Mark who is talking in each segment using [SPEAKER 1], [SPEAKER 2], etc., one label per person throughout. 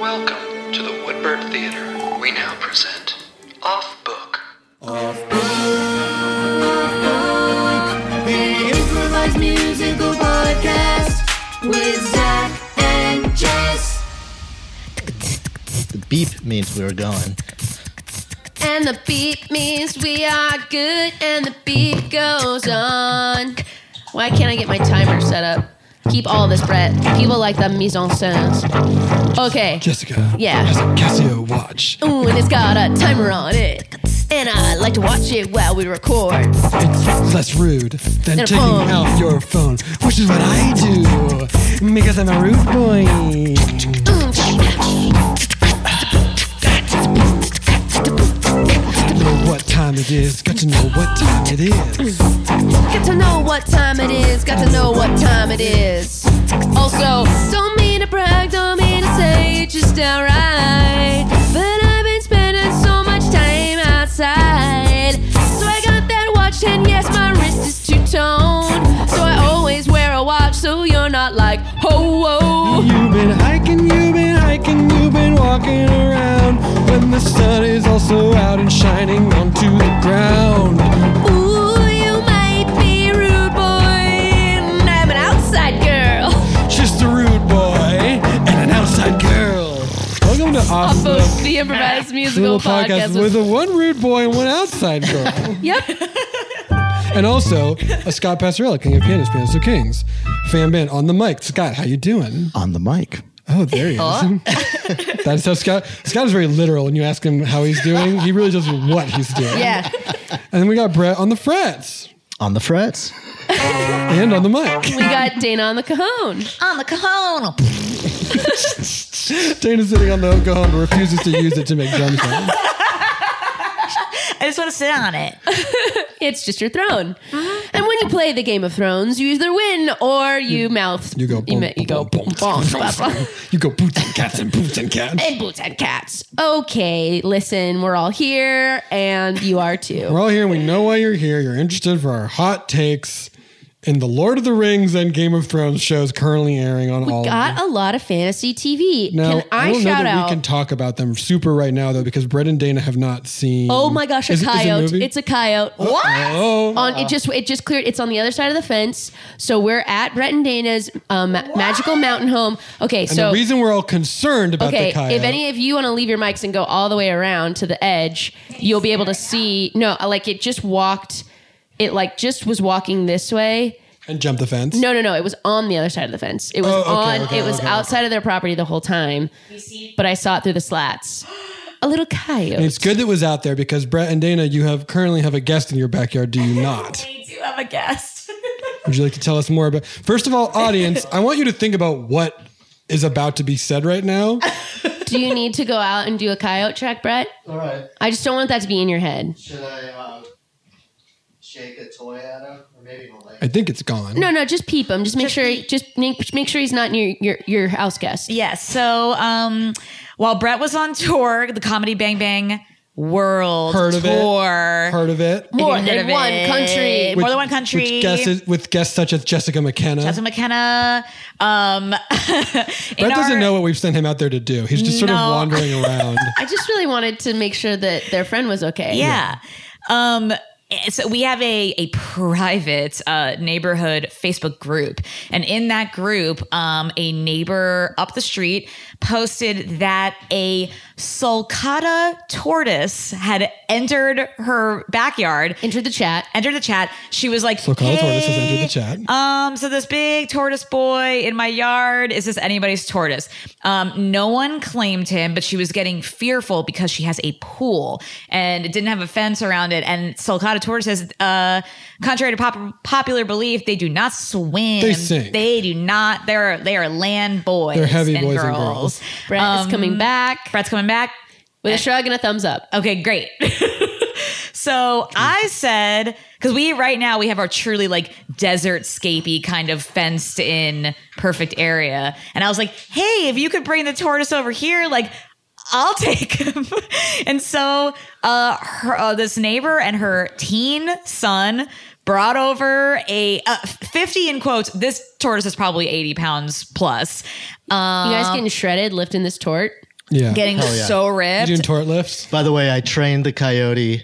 [SPEAKER 1] Welcome to the Woodbird Theater. We now present Off Book.
[SPEAKER 2] Off book, off book, the improvised musical podcast with Zach and Jess.
[SPEAKER 3] The beep means we were going.
[SPEAKER 2] And the beat means we are good, and the beat goes on. Why can't I get my timer set up? Keep all this, Brett. People like the mise en scènes. Okay.
[SPEAKER 4] Jessica.
[SPEAKER 2] Yeah.
[SPEAKER 4] Has a Casio watch.
[SPEAKER 2] Ooh, and it's got a timer on it. And I like to watch it while we record.
[SPEAKER 4] It's less rude than
[SPEAKER 2] And a
[SPEAKER 4] taking
[SPEAKER 2] phone.
[SPEAKER 4] out your phone, which is what I do because I'm a rude boy. Know what time it is? Got to know what time it is.
[SPEAKER 2] Get to know what time it is, got to know what time it is. Also, don't mean to brag, don't mean to say it just alright. But I've been spending so much time outside. So I got that watch, and yes, my wrist is two toned. So I always wear a watch, so you're not like, ho, whoa.
[SPEAKER 4] You've been hiking, you've been hiking, you've been walking around when the sun is also out and shining onto the ground.
[SPEAKER 2] Ooh, you might be rude, boy. And I'm an outside girl.
[SPEAKER 4] Just a rude boy and an outside girl. Welcome to Off
[SPEAKER 2] Off
[SPEAKER 4] Book.
[SPEAKER 2] of the improvised musical
[SPEAKER 4] little podcast,
[SPEAKER 2] podcast.
[SPEAKER 4] with a one rude boy and one outside girl.
[SPEAKER 2] yep.
[SPEAKER 4] and also a Scott Passarella, King of Pianists, Pianist of Kings. Fan band on the mic. Scott, how you doing?
[SPEAKER 3] On the mic.
[SPEAKER 4] Oh, there he is. That's how Scott Scott is very literal when you ask him how he's doing. He really does what he's doing.
[SPEAKER 2] Yeah.
[SPEAKER 4] And then we got Brett on the frets
[SPEAKER 3] On the frets.
[SPEAKER 4] and on the mic.
[SPEAKER 2] We got Dana on the cajon.
[SPEAKER 5] on the cajon.
[SPEAKER 4] Dana's sitting on the Oklahoma, refuses to use it to make drum sounds.
[SPEAKER 5] I just want to sit on it.
[SPEAKER 2] It's just your throne. And when you play the Game of Thrones, you either win or you mouth.
[SPEAKER 4] You go
[SPEAKER 2] You,
[SPEAKER 4] boom,
[SPEAKER 2] ma- you go boom,
[SPEAKER 4] boom,
[SPEAKER 2] boom,
[SPEAKER 4] boom,
[SPEAKER 2] blah, blah.
[SPEAKER 4] You go boots and cats and boots and cats.
[SPEAKER 2] And boots and cats. Okay, listen, we're all here, and you are too.
[SPEAKER 4] We're all here. We know why you're here. You're interested for our hot takes in the Lord of the Rings and Game of Thrones shows currently airing on all. of
[SPEAKER 2] Got a lot of fantasy TV.
[SPEAKER 4] them.
[SPEAKER 2] can I,
[SPEAKER 4] don't know
[SPEAKER 2] shout
[SPEAKER 4] that
[SPEAKER 2] out?
[SPEAKER 4] We can talk about them super right now though, because Brett and Dana have not seen.
[SPEAKER 2] oh my gosh, a
[SPEAKER 4] Is it- is it
[SPEAKER 2] coyote!
[SPEAKER 4] movie?
[SPEAKER 2] it's a coyote.
[SPEAKER 4] Oh,
[SPEAKER 2] on it just it just cleared it's on the other side of the fence so we're at brett and dana's um, ma- magical mountain home okay
[SPEAKER 4] and
[SPEAKER 2] so
[SPEAKER 4] the reason we're all concerned about
[SPEAKER 2] okay
[SPEAKER 4] the coyote.
[SPEAKER 2] if any of you want to leave your mics and go all the way around to the edge you'll be able to see no uh, like it just walked it like just was walking this way
[SPEAKER 4] and jump the fence.
[SPEAKER 2] no no no it was on the other side of the fence it was
[SPEAKER 4] Oh, okay,
[SPEAKER 2] on
[SPEAKER 4] okay,
[SPEAKER 2] it was
[SPEAKER 4] okay,
[SPEAKER 2] outside of their property the whole time but i saw it through the slats a little coyote
[SPEAKER 4] It's good that it was out there because Brett and Dana, you have currently have a guest in your backyard. Do you not?
[SPEAKER 5] We do have a guest.
[SPEAKER 4] Would you like to tell us more about? First of all, audience, I want you to think about what is about to be said right now.
[SPEAKER 2] do you need to go out and do a coyote track brett
[SPEAKER 6] All right.
[SPEAKER 2] i just don't want that to be in your head
[SPEAKER 6] Should I um, shake a toy at him, or maybe my leg?
[SPEAKER 4] I think it's gone.
[SPEAKER 2] No, no, just peep him. Just make sure, just make, make sure he's not near your your house guest.
[SPEAKER 5] Yes. So um, while Brett was on tour, the Comedy Bang Bang World
[SPEAKER 4] Heard of it.
[SPEAKER 5] Tour.
[SPEAKER 4] Heard of it?
[SPEAKER 5] If you
[SPEAKER 2] More
[SPEAKER 5] heard
[SPEAKER 2] than
[SPEAKER 5] of
[SPEAKER 2] one country.
[SPEAKER 5] More than one country.
[SPEAKER 4] Which guesses, with guests such as Jessica McKenna.
[SPEAKER 5] Jessica McKenna. Um,
[SPEAKER 4] Brett doesn't know what we've sent him out there to do. He's just sort of
[SPEAKER 5] No.
[SPEAKER 4] wandering around.
[SPEAKER 2] I just really wanted to make sure that their friend was okay.
[SPEAKER 5] Yeah. Um, so we have a a private uh, neighborhood Facebook group, and in that group, um, a neighbor up the street posted that a sulcata tortoise had entered her backyard.
[SPEAKER 2] Enter the chat.
[SPEAKER 5] Entered the chat. She was like,
[SPEAKER 4] So Carl
[SPEAKER 5] hey,
[SPEAKER 4] Tortoise has entered the chat.
[SPEAKER 5] um, so this big tortoise boy in my yard, is this anybody's tortoise? Um, no one claimed him, but she was getting fearful because she has a pool and it didn't have a fence around it. And sulcata tortoises, uh, contrary to pop- popular belief, they do not swim.
[SPEAKER 4] They sink.
[SPEAKER 5] They do not. They're they are land boys. Um,
[SPEAKER 4] They're heavy boys and girls.
[SPEAKER 2] Brett is coming back
[SPEAKER 5] Brett's coming back.
[SPEAKER 2] with a shrug and a thumbs up.
[SPEAKER 5] Okay, great. so I said, because we right now we have our truly like desert scapey kind of fenced in perfect area. And I was like, hey, if you could bring the tortoise over here, like, I'll take him. and so uh, her, uh, this neighbor and her teen son brought over a uh, 50 in quotes. This tortoise is probably 80 pounds plus. Um,
[SPEAKER 2] You guys getting shredded lifting this tort?
[SPEAKER 4] Yeah.
[SPEAKER 5] getting so
[SPEAKER 4] You
[SPEAKER 5] ripped.
[SPEAKER 4] doing tort lifts?
[SPEAKER 3] By the way, I trained the coyote,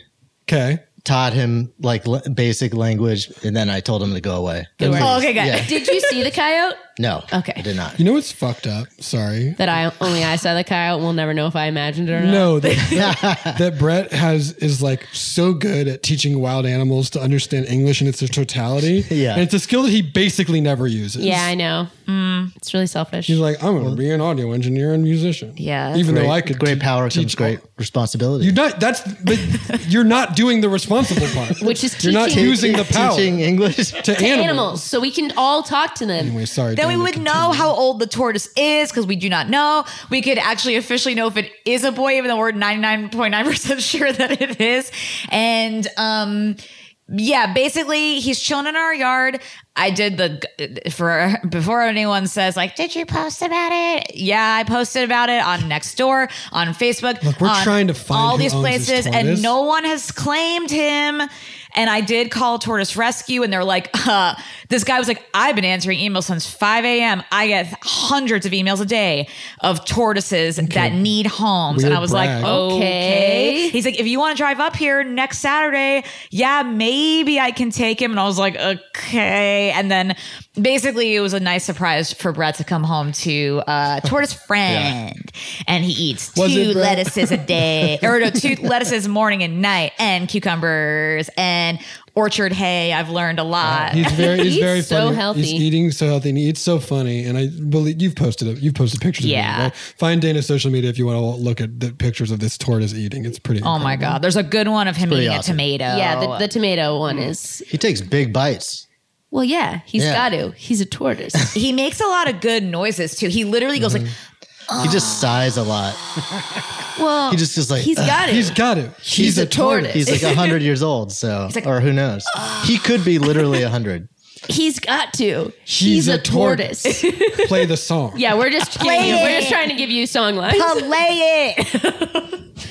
[SPEAKER 4] Okay.
[SPEAKER 3] taught him like l- basic language, and then I told him to go away.
[SPEAKER 5] Oh, okay, good.
[SPEAKER 3] Yeah.
[SPEAKER 2] Did you see the coyote?
[SPEAKER 3] No.
[SPEAKER 2] Okay.
[SPEAKER 3] I did not.
[SPEAKER 4] You know what's fucked up? Sorry.
[SPEAKER 2] That I only I saw the coyote. We'll never know if I imagined it or not.
[SPEAKER 4] No, that, that Brett has is like so good at teaching wild animals to understand English in its totality.
[SPEAKER 3] Yeah.
[SPEAKER 4] and it's a skill that he basically never uses.
[SPEAKER 2] Yeah, I know. It's really selfish.
[SPEAKER 4] he's like, I'm going to be an audio engineer and musician.
[SPEAKER 5] Yeah.
[SPEAKER 4] even
[SPEAKER 3] Great,
[SPEAKER 4] though I could
[SPEAKER 3] great
[SPEAKER 4] te-
[SPEAKER 3] power comes
[SPEAKER 4] teach all-
[SPEAKER 3] great responsibility.
[SPEAKER 4] You're not. That's but you're not doing the responsible part,
[SPEAKER 2] Which is
[SPEAKER 4] you're not
[SPEAKER 2] teaching-
[SPEAKER 4] using the power
[SPEAKER 3] Teaching English.
[SPEAKER 4] to
[SPEAKER 2] animals.
[SPEAKER 4] animals.
[SPEAKER 2] so we can all talk to them.
[SPEAKER 4] Anyway, sorry.
[SPEAKER 5] Then we
[SPEAKER 4] Dana,
[SPEAKER 5] would
[SPEAKER 4] continue.
[SPEAKER 5] know how old the tortoise is because we do not know. We could actually officially know if it is a boy, even though we're 99.9% sure that it is. And, um, yeah, basically he's chilling in our yard. I did the for before anyone says like, did you post about it? Yeah, I posted about it on Nextdoor, on Facebook.
[SPEAKER 4] Look, we're
[SPEAKER 5] on
[SPEAKER 4] trying to find
[SPEAKER 5] all
[SPEAKER 4] who
[SPEAKER 5] these
[SPEAKER 4] owns this
[SPEAKER 5] places,
[SPEAKER 4] tortoise.
[SPEAKER 5] and no one has claimed him. And I did call Tortoise Rescue, and they're like, uh, this guy was like, I've been answering emails since 5 a.m. I get hundreds of emails a day of tortoises that need homes. and
[SPEAKER 4] Weird
[SPEAKER 5] I was
[SPEAKER 4] brag.
[SPEAKER 5] like, okay.
[SPEAKER 2] Okay.
[SPEAKER 5] He's like, if you want to drive up here next Saturday, yeah, maybe I can take him. And I was like, okay. And then basically, it was a nice surprise for Brett to come home to uh, Tortoise Friend. And he eats
[SPEAKER 4] Was
[SPEAKER 5] two
[SPEAKER 4] it, Brett?
[SPEAKER 5] lettuces a day, or no, two lettuces morning and night, and cucumbers and orchard hay. I've learned a lot.
[SPEAKER 4] Oh, He's very, he's,
[SPEAKER 2] He's
[SPEAKER 4] very
[SPEAKER 2] so
[SPEAKER 4] funny.
[SPEAKER 2] healthy.
[SPEAKER 4] He's eating so healthy, and he eats so funny. And I believe you've posted it. You've posted pictures. Of
[SPEAKER 5] Yeah.
[SPEAKER 4] him, right? Find Dana's social media if you want to look at the pictures of this tortoise eating. It's pretty.
[SPEAKER 5] oh my God. There's a good one of him
[SPEAKER 3] pretty
[SPEAKER 5] eating
[SPEAKER 3] awesome.
[SPEAKER 5] a tomato.
[SPEAKER 2] yeah, the, the tomato one is.
[SPEAKER 3] He takes big bites.
[SPEAKER 2] Well, yeah, he's
[SPEAKER 3] Yeah.
[SPEAKER 2] got to. He's a tortoise.
[SPEAKER 5] he makes a lot of good noises too. He literally goes like,
[SPEAKER 3] He just sighs a lot.
[SPEAKER 2] well,
[SPEAKER 3] He just is like,
[SPEAKER 2] Ah. he's
[SPEAKER 3] "Ugh."
[SPEAKER 2] got to.
[SPEAKER 4] He's got it.
[SPEAKER 2] He's a tortoise.
[SPEAKER 3] He's like 100 years old, so,
[SPEAKER 5] like,
[SPEAKER 3] or who knows? he could be literally 100.
[SPEAKER 2] he's got to. He's,
[SPEAKER 4] He's
[SPEAKER 2] a,
[SPEAKER 4] a
[SPEAKER 2] tortoise.
[SPEAKER 4] Play the song.
[SPEAKER 2] yeah, we're just giving you, we're just trying to give you song lines.
[SPEAKER 5] "Play it."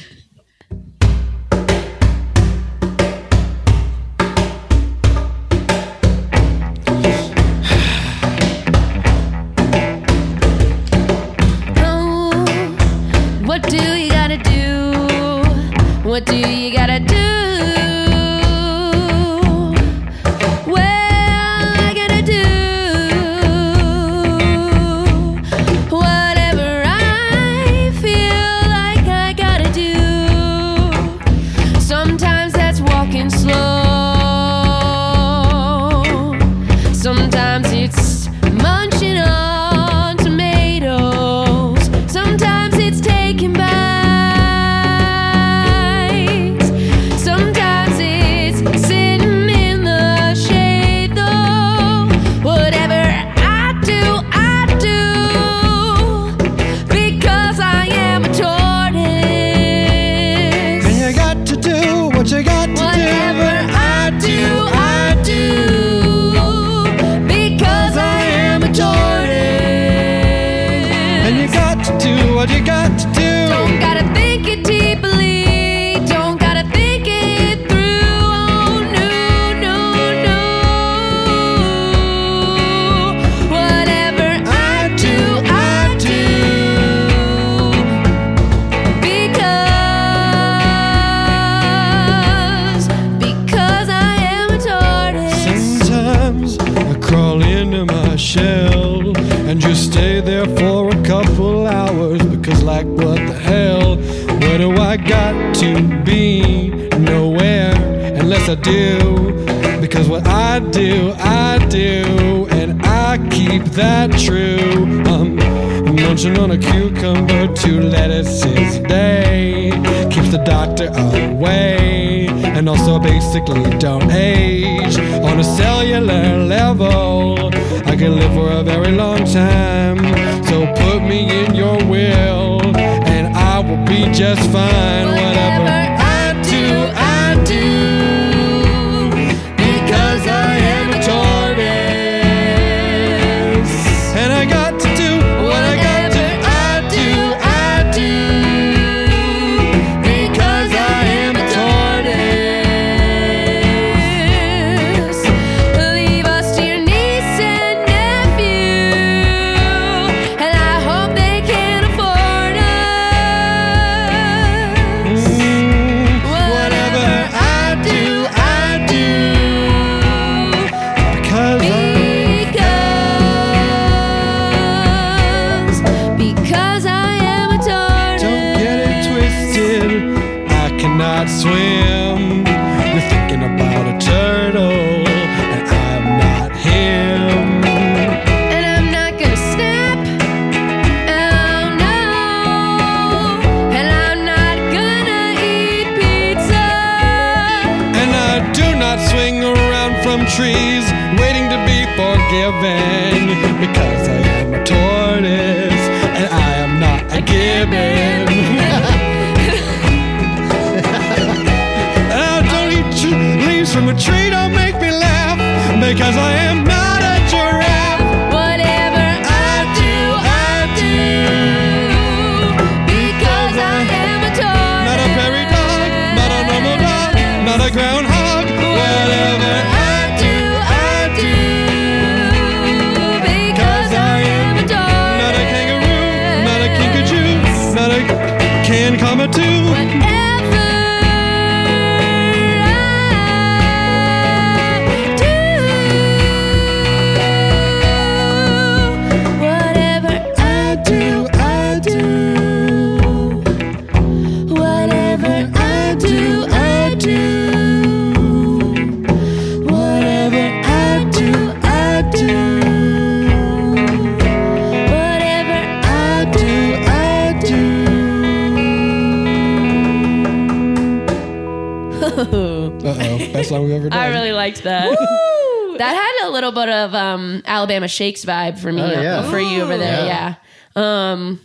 [SPEAKER 2] What do you gotta do? What do you gotta do? Well, I gotta do whatever I feel like I gotta do. Sometimes that's walking slow. Sometimes it's munching on tomatoes. Sometimes it's taking bites. Oh,
[SPEAKER 4] couple hours because, like, what the hell? Where do I got to be? Nowhere unless I do. Because what I do, I do, and I keep that true. Um, I'm munching on a cucumber, two lettuces a day. Keeps the doctor away, and also basically don't age on a cellular level. I could live for a very long time, so put me in your will, and I will be just fine. Whatever, I do, I do, because I am a tortoise. And I got to do what I got to. I do, I do. Because I am a tortoise.
[SPEAKER 2] Leave us to your niece and nephew, and I hope they can afford us.
[SPEAKER 4] Whatever I do, I do. Because I
[SPEAKER 2] Because, because I am a tortoise.
[SPEAKER 4] don't get it twisted. I cannot swim. You're thinking about a turtle, and I'm not him.
[SPEAKER 2] And I'm not gonna snap. Oh no. And I'm not gonna eat pizza.
[SPEAKER 4] And I do not swing around from trees, waiting to be forgiven. Because I am a tortoise, and I am not a gibbon. and I don't eat tr- leaves from a tree, don't make me laugh. Because I am not a giraffe.
[SPEAKER 2] Whatever
[SPEAKER 4] I do, I do.
[SPEAKER 2] because I am a tortoise.
[SPEAKER 4] Not a prairie dog, not a normal dog, not a groundhog. Whatever I do, I do.
[SPEAKER 2] Because I am a tortoise.
[SPEAKER 4] Not a kangaroo, not a kinkajou, not a can comma too.
[SPEAKER 2] Whatever I do, whatever I do, I do. Whatever I do, I do. Whatever I do, I do. Whatever I do, I do.
[SPEAKER 4] Uh oh, best song we've ever done.
[SPEAKER 7] I really liked that.
[SPEAKER 2] that had a little bit of um, Alabama Shakes vibe for me,
[SPEAKER 3] Oh, yeah.
[SPEAKER 2] for you over there. Yeah.
[SPEAKER 3] Yeah.
[SPEAKER 2] Um,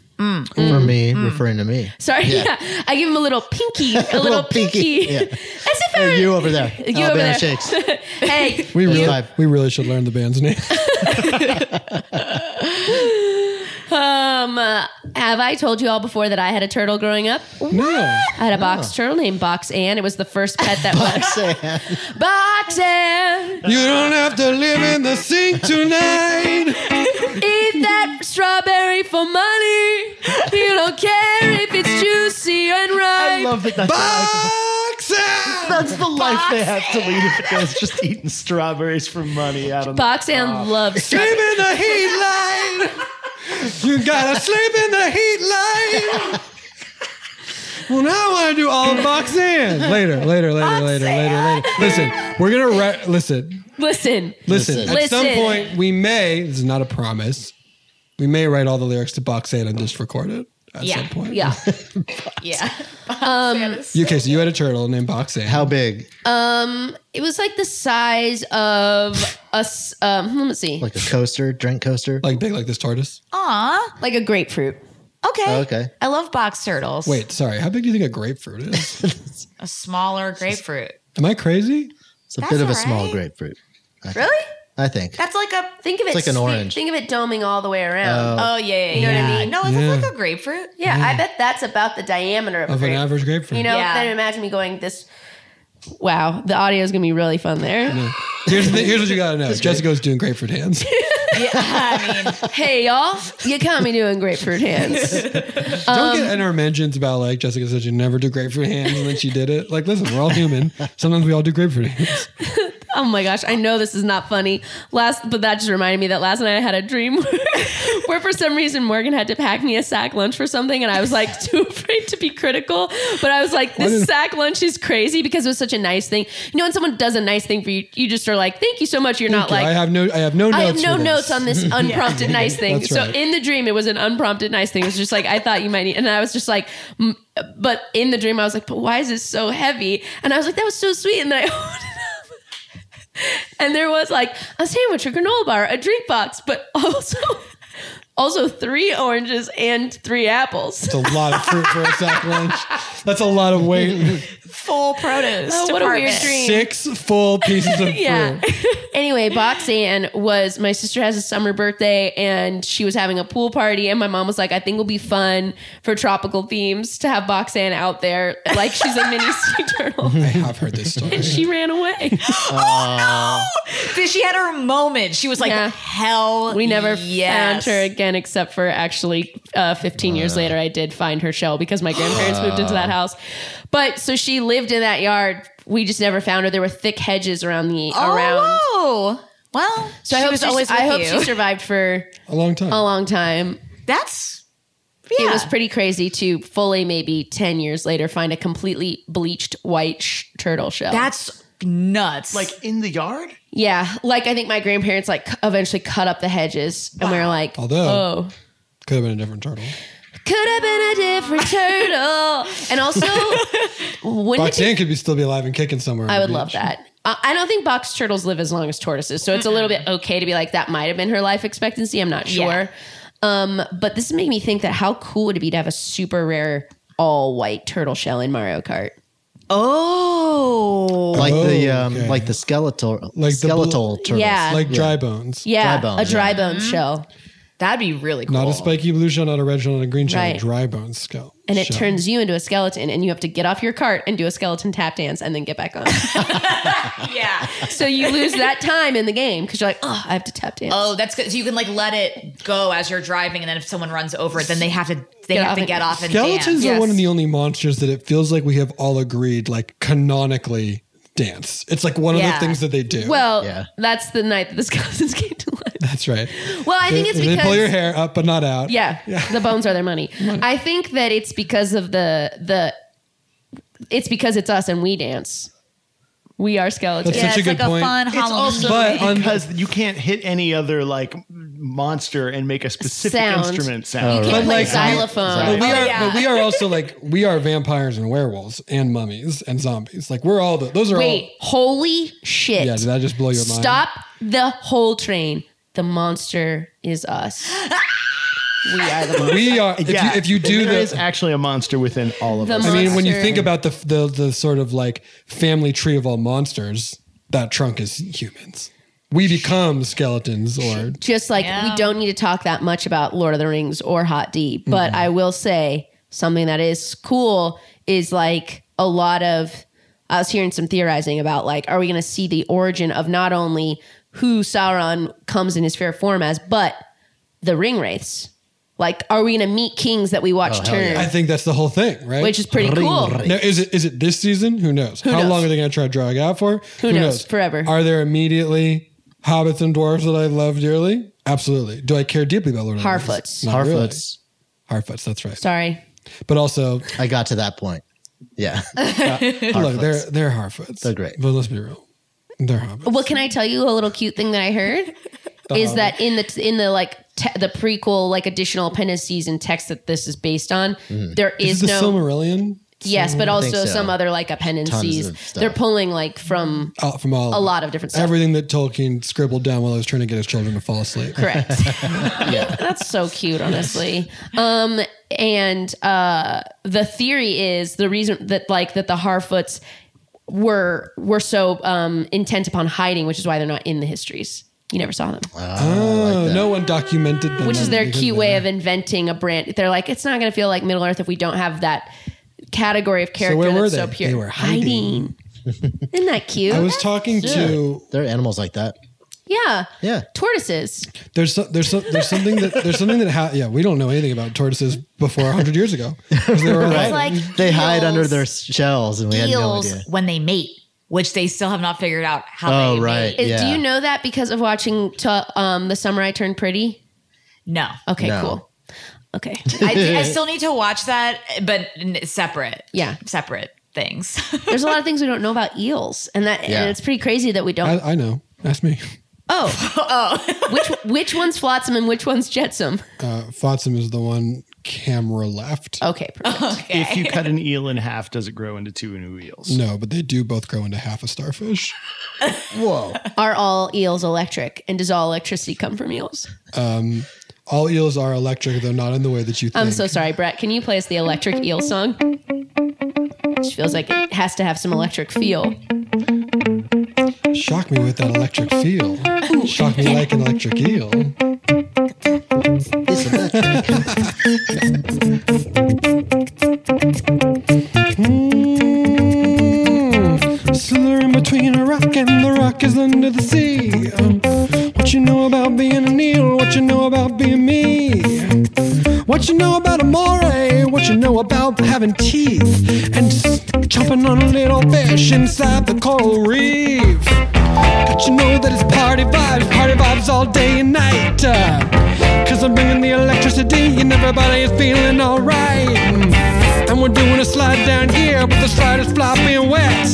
[SPEAKER 3] For me, referring to me.
[SPEAKER 2] sorry. Yeah. I give him a little pinky, a little, pinky,
[SPEAKER 3] yeah.
[SPEAKER 2] as if I
[SPEAKER 3] Hey,
[SPEAKER 2] were
[SPEAKER 3] you over there.
[SPEAKER 2] You
[SPEAKER 3] Alabama
[SPEAKER 2] over there.
[SPEAKER 3] Shakes.
[SPEAKER 2] Hey,
[SPEAKER 4] we really,
[SPEAKER 3] Five.
[SPEAKER 4] we really should learn the band's name.
[SPEAKER 2] Um, uh, have I told you all before that I had a turtle growing up?
[SPEAKER 4] no.
[SPEAKER 2] I
[SPEAKER 3] Oh.
[SPEAKER 2] had a box turtle named Box Ann. It was the first pet that was
[SPEAKER 3] Sam.
[SPEAKER 2] Box Ann.
[SPEAKER 4] You don't have to live in the sink tonight.
[SPEAKER 2] Eat that strawberry for money. You don't care if it's juicy and
[SPEAKER 3] I
[SPEAKER 2] ripe.
[SPEAKER 3] love that. That's,
[SPEAKER 4] Boxer!
[SPEAKER 3] that's the life they have to lead if it goes just eating strawberries for money out of
[SPEAKER 2] Box Ann
[SPEAKER 3] Oh.
[SPEAKER 2] loves
[SPEAKER 4] Sleep
[SPEAKER 2] strawberry.
[SPEAKER 4] in the heat line. You gotta sleep in the heat line. Well, now I want to do all of box in. Later, later, later, later, later, later. Listen, we're gonna re- listen,
[SPEAKER 2] Listen,
[SPEAKER 4] listen.
[SPEAKER 3] Listen.
[SPEAKER 4] At some
[SPEAKER 2] Listen.
[SPEAKER 4] point, we may. This is not a promise. We may write all the lyrics to box in and just record it at some point.
[SPEAKER 2] yeah.
[SPEAKER 7] yeah.
[SPEAKER 4] You, okay, so you had a turtle named Box in.
[SPEAKER 3] How big?
[SPEAKER 2] Um, It was like the size of us. Um, let me see,
[SPEAKER 3] Like a coaster, drink coaster?
[SPEAKER 4] like big like this tortoise?
[SPEAKER 5] Aw,
[SPEAKER 2] like a grapefruit.
[SPEAKER 5] okay.
[SPEAKER 3] okay.
[SPEAKER 5] I love box turtles.
[SPEAKER 4] Wait, sorry. How big do you think a grapefruit is?
[SPEAKER 5] a smaller grapefruit.
[SPEAKER 4] Am I crazy?
[SPEAKER 3] It's a bit of a
[SPEAKER 5] all
[SPEAKER 3] small
[SPEAKER 5] right.
[SPEAKER 3] grapefruit. I think.
[SPEAKER 2] Really?
[SPEAKER 3] I think.
[SPEAKER 5] That's like a.
[SPEAKER 2] Think of it.
[SPEAKER 3] like an
[SPEAKER 2] sweet-
[SPEAKER 3] orange.
[SPEAKER 2] Think of it doming all the way around.
[SPEAKER 5] Oh yeah, yeah,
[SPEAKER 2] You know what I
[SPEAKER 5] yeah.
[SPEAKER 2] mean?
[SPEAKER 5] No, it's
[SPEAKER 4] Yeah.
[SPEAKER 5] like a grapefruit.
[SPEAKER 2] yeah, I bet that's about the diameter of, a
[SPEAKER 4] Of an
[SPEAKER 2] grapefruit.
[SPEAKER 4] average grapefruit.
[SPEAKER 2] You know,
[SPEAKER 5] Yeah.
[SPEAKER 2] then imagine me going this. Wow, the audio is gonna be really fun there.
[SPEAKER 4] Here's, the, here's what you gotta know. Jessica's doing grapefruit hands.
[SPEAKER 2] hey y'all, you caught me doing grapefruit hands.
[SPEAKER 4] Don't
[SPEAKER 2] Um,
[SPEAKER 4] get in our mentions about like Jessica said you never do grapefruit hands and then she did it. Like, listen, we're all human. Sometimes we all do grapefruit hands.
[SPEAKER 2] Oh my gosh, I know this is not funny. Last, but that just reminded me that last night I had a dream where, where for some reason Morgan had to pack me a sack lunch for something, and I was like too afraid to be critical. But I was like,
[SPEAKER 8] What
[SPEAKER 2] this
[SPEAKER 8] is-
[SPEAKER 2] sack lunch is crazy because it was such a nice thing. You know, when someone does a nice thing for you, you just are like, thank you so much. You're not
[SPEAKER 4] Thank you.
[SPEAKER 2] like,
[SPEAKER 4] I have no, I have no notes.
[SPEAKER 2] I have no
[SPEAKER 4] for this.
[SPEAKER 2] notes on this unprompted
[SPEAKER 4] Yeah.
[SPEAKER 2] nice thing.
[SPEAKER 4] That's
[SPEAKER 2] So
[SPEAKER 4] right.
[SPEAKER 2] in the dream, it was an unprompted nice thing. It was just like I thought you might need, and I was just like, mm, but in the dream, I was like, but why is this so heavy? And I was like, that was so sweet, and then I opened it up, and there was like a sandwich, a granola bar, a drink box, but also. Also, three oranges and three apples.
[SPEAKER 4] It's a lot of fruit for a sack lunch. That's a lot of weight.
[SPEAKER 5] Full produce.
[SPEAKER 2] Oh, what a weird
[SPEAKER 5] department.
[SPEAKER 2] dream.
[SPEAKER 4] Six full pieces of
[SPEAKER 2] yeah.
[SPEAKER 4] fruit.
[SPEAKER 2] anyway, Boxan was my sister has a summer birthday and she was having a pool party and my mom was like, I think it'll be fun for tropical themes to have Boxan out there like she's a mini sea turtle. I
[SPEAKER 4] have heard this story.
[SPEAKER 2] And she ran away.
[SPEAKER 5] oh no! She had her moment. She was like, "Hell,
[SPEAKER 2] We never found
[SPEAKER 5] yes.
[SPEAKER 2] her again, except for actually uh, 15 years later, I did find her shell because my grandparents moved into that house. But so she lived in that yard. We just never found her. There were thick hedges around the around.
[SPEAKER 5] Oh, well.
[SPEAKER 2] So I
[SPEAKER 5] she
[SPEAKER 2] hope
[SPEAKER 5] was
[SPEAKER 2] she,
[SPEAKER 5] always
[SPEAKER 2] I
[SPEAKER 5] with
[SPEAKER 2] hope
[SPEAKER 5] you.
[SPEAKER 2] she survived for
[SPEAKER 4] A long time.
[SPEAKER 2] a long time.
[SPEAKER 5] That's
[SPEAKER 2] It was pretty crazy to fully maybe 10 years later find a completely bleached white sh- turtle shell.
[SPEAKER 5] That's nuts.
[SPEAKER 9] Like in the yard?
[SPEAKER 2] yeah, like I think my grandparents like cu- eventually cut up the hedges and we were like,
[SPEAKER 4] Although-
[SPEAKER 2] "Oh,
[SPEAKER 4] Could have been a different turtle.
[SPEAKER 2] could have been a different turtle." And also wouldn't it be
[SPEAKER 4] Boxan could be still be alive and kicking somewhere. on
[SPEAKER 2] I
[SPEAKER 4] the
[SPEAKER 2] would
[SPEAKER 4] beach.
[SPEAKER 2] love that. I I don't think box turtles live as long as tortoises, so it's a little bit okay to be like that might have been her life expectancy. I'm not sure.
[SPEAKER 5] Yeah.
[SPEAKER 2] Um, but this made me think that how cool would it be to have a super rare all white turtle shell in Mario Kart?
[SPEAKER 5] Oh,
[SPEAKER 6] Like the um,
[SPEAKER 4] okay.
[SPEAKER 6] like the skeletal
[SPEAKER 4] Like the bl-
[SPEAKER 6] skeletal turtles.
[SPEAKER 2] Yeah.
[SPEAKER 4] Like dry bones.
[SPEAKER 2] Yeah,
[SPEAKER 6] Dry bones,
[SPEAKER 2] a dry
[SPEAKER 6] yeah. Mm-hmm.
[SPEAKER 2] bone shell,
[SPEAKER 5] That'd be really cool.
[SPEAKER 4] Not a spiky blue shell, not a red shell, not a green shell,
[SPEAKER 2] Right.
[SPEAKER 4] a dry bone skull.
[SPEAKER 2] and it
[SPEAKER 4] shell.
[SPEAKER 2] turns you into a skeleton, and you have to get off your cart and do a skeleton tap dance, and then get back on.
[SPEAKER 5] yeah.
[SPEAKER 2] so you lose that time in the game because you're like, oh, I have to tap dance.
[SPEAKER 5] Oh, that's good. So you can like let it go as you're driving, and then if someone runs over it, then they have to they
[SPEAKER 2] Get
[SPEAKER 5] have
[SPEAKER 2] off
[SPEAKER 5] to
[SPEAKER 2] and-
[SPEAKER 5] get off and
[SPEAKER 4] Skeletons
[SPEAKER 5] dance.
[SPEAKER 4] are one of the only monsters that it feels like we have all agreed, like canonically dance. It's like one
[SPEAKER 2] Yeah.
[SPEAKER 4] of the things that they do.
[SPEAKER 2] Well,
[SPEAKER 6] Yeah.
[SPEAKER 2] that's the night that the skeletons came to life.
[SPEAKER 4] that's right.
[SPEAKER 2] Well, I think it's
[SPEAKER 4] they
[SPEAKER 2] because
[SPEAKER 4] pull your hair up but not out.
[SPEAKER 2] Yeah, the bones are their money. I think that it's because of the the. It's because it's us and we dance. We are skeletons.
[SPEAKER 4] That's such a
[SPEAKER 5] it's
[SPEAKER 4] good point.
[SPEAKER 5] like a fun
[SPEAKER 9] It's
[SPEAKER 5] Halloween.
[SPEAKER 9] also
[SPEAKER 4] But on-
[SPEAKER 9] because you can't hit any other like monster and make a specific
[SPEAKER 2] Sound.
[SPEAKER 9] instrument
[SPEAKER 6] Oh,
[SPEAKER 9] sound.
[SPEAKER 2] Can't
[SPEAKER 4] But
[SPEAKER 2] play
[SPEAKER 4] like-
[SPEAKER 2] xylophone.
[SPEAKER 4] But we
[SPEAKER 5] Oh,
[SPEAKER 4] are,
[SPEAKER 5] yeah.
[SPEAKER 4] but we are also like we are vampires and werewolves and mummies and zombies. Like we're all the, those are
[SPEAKER 2] Wait, holy shit!
[SPEAKER 4] all. Yeah, did that just blow your mind?
[SPEAKER 2] Stop the whole train. The monster is us. we are the monster.
[SPEAKER 4] We are. If,
[SPEAKER 9] yeah,
[SPEAKER 4] you, if you do
[SPEAKER 9] there
[SPEAKER 4] the,
[SPEAKER 9] is actually a monster within all of
[SPEAKER 2] The
[SPEAKER 9] us.
[SPEAKER 4] I mean, when you
[SPEAKER 2] monster.
[SPEAKER 4] think about the, the the sort of like family tree of all monsters, that trunk is humans. We become skeletons, or
[SPEAKER 2] Just like we don't need to talk that much about Lord of the Rings or Hot D,
[SPEAKER 4] Mm-hmm.
[SPEAKER 2] but I will say something that is cool is like a lot of I was hearing some theorizing about like, are we going to see the origin of not only who Sauron comes in his fair form as, but the ring wraiths? Like, are we going to meet kings that we watch turn,
[SPEAKER 4] Oh, I think that's the whole thing, right?
[SPEAKER 2] which is pretty cool.
[SPEAKER 4] now, is it is it this season? Who knows? How
[SPEAKER 2] knows?
[SPEAKER 4] long are they going to try to drag out for? Who,
[SPEAKER 2] knows? Forever.
[SPEAKER 4] Are there immediately hobbits and dwarves that I love dearly? Absolutely. Do I care deeply about Lord of the Rings?
[SPEAKER 2] Harfoots.
[SPEAKER 4] Not really.
[SPEAKER 6] Harfoots.
[SPEAKER 4] Harfoots. That's right.
[SPEAKER 2] Sorry.
[SPEAKER 4] But also,
[SPEAKER 6] I got to that point. Yeah.
[SPEAKER 4] look, they're they're Harfoots.
[SPEAKER 6] They're great.
[SPEAKER 4] But let's be real, they're hobbits.
[SPEAKER 2] Well, can I tell you a little cute thing that I heard? is that in the in the like te- the prequel like additional appendix season text that this is based on? There
[SPEAKER 4] Is
[SPEAKER 2] is,
[SPEAKER 4] the
[SPEAKER 2] no
[SPEAKER 4] Silmarillion
[SPEAKER 2] yes, but also
[SPEAKER 6] so.
[SPEAKER 2] some other like appendices.
[SPEAKER 6] of stuff.
[SPEAKER 2] They're pulling like from
[SPEAKER 4] out from all
[SPEAKER 2] a lot of different stuff.
[SPEAKER 4] everything that Tolkien scribbled down while he was trying to get his children to fall asleep.
[SPEAKER 6] Ah,
[SPEAKER 2] Correct. That's so cute, honestly. Um, and uh, the theory is the reason that like that the Harfoots were were so um, intent upon hiding, which is why they're not in the histories. You never saw them.
[SPEAKER 4] Oh, no one documented them.
[SPEAKER 2] which is their
[SPEAKER 4] because
[SPEAKER 2] cute
[SPEAKER 4] they-
[SPEAKER 2] way of inventing a brand. They're like, it's not going to feel like Middle Earth if we don't have that category of character
[SPEAKER 4] where were
[SPEAKER 2] that's so
[SPEAKER 4] they?
[SPEAKER 2] pure.
[SPEAKER 4] They were hiding.
[SPEAKER 2] Isn't that cute?
[SPEAKER 4] I was talking to
[SPEAKER 6] They're animals like that.
[SPEAKER 2] yeah.
[SPEAKER 6] Yeah.
[SPEAKER 2] Tortoises.
[SPEAKER 4] there's so, there's so, there's something that there's something that ha- yeah we don't know anything about tortoises before 100 years ago 'Cause they were
[SPEAKER 6] Right.
[SPEAKER 2] like
[SPEAKER 6] they hide under
[SPEAKER 2] eels.
[SPEAKER 6] their shells and we had no
[SPEAKER 5] eels
[SPEAKER 6] idea.
[SPEAKER 5] when they mate. which they still have not figured out how
[SPEAKER 9] Oh,
[SPEAKER 5] they
[SPEAKER 9] right,
[SPEAKER 5] made.
[SPEAKER 2] Is- Do you know that because of watching to, um, The Summer I Turned Pretty?
[SPEAKER 5] No.
[SPEAKER 2] Okay,
[SPEAKER 9] No.
[SPEAKER 2] cool. Okay.
[SPEAKER 5] I, thi- I still need to watch that, but n- separate.
[SPEAKER 2] Yeah.
[SPEAKER 5] Separate things.
[SPEAKER 2] There's a lot of things we don't know about eels, and that
[SPEAKER 9] Yeah.
[SPEAKER 2] and it's pretty crazy that we don't.
[SPEAKER 4] I, I know. That's me.
[SPEAKER 2] oh,
[SPEAKER 5] oh.
[SPEAKER 2] which which one's flotsam and which one's jetsam?
[SPEAKER 4] Uh, Flotsam is the one camera left.
[SPEAKER 2] Okay, perfect.
[SPEAKER 5] okay.
[SPEAKER 9] If you cut an eel in half, does it grow into two new eels?
[SPEAKER 4] No, but they do both grow into half a starfish.
[SPEAKER 9] Whoa.
[SPEAKER 2] Are all eels electric, and does all electricity come from eels?
[SPEAKER 4] Um, all eels are electric, though not in the way that you think.
[SPEAKER 2] I'm so sorry, Brett. Can you play us the electric eel song? Which feels like it has to have some electric feel.
[SPEAKER 4] Shock me with that electric feel. Shock me like an electric eel. Mm, slithering between a rock and the rock is under the sea. What you know about being an eel? What you know about being me? What you know about amore? What you know about having teeth and s- chomping on a little fish inside the coral reef? But you know that it's party vibes, party vibes all day and night. Uh, Cause I'm bringing the electricity and everybody is feeling alright. And we're doing a slide down here, but the slide is floppy and wet.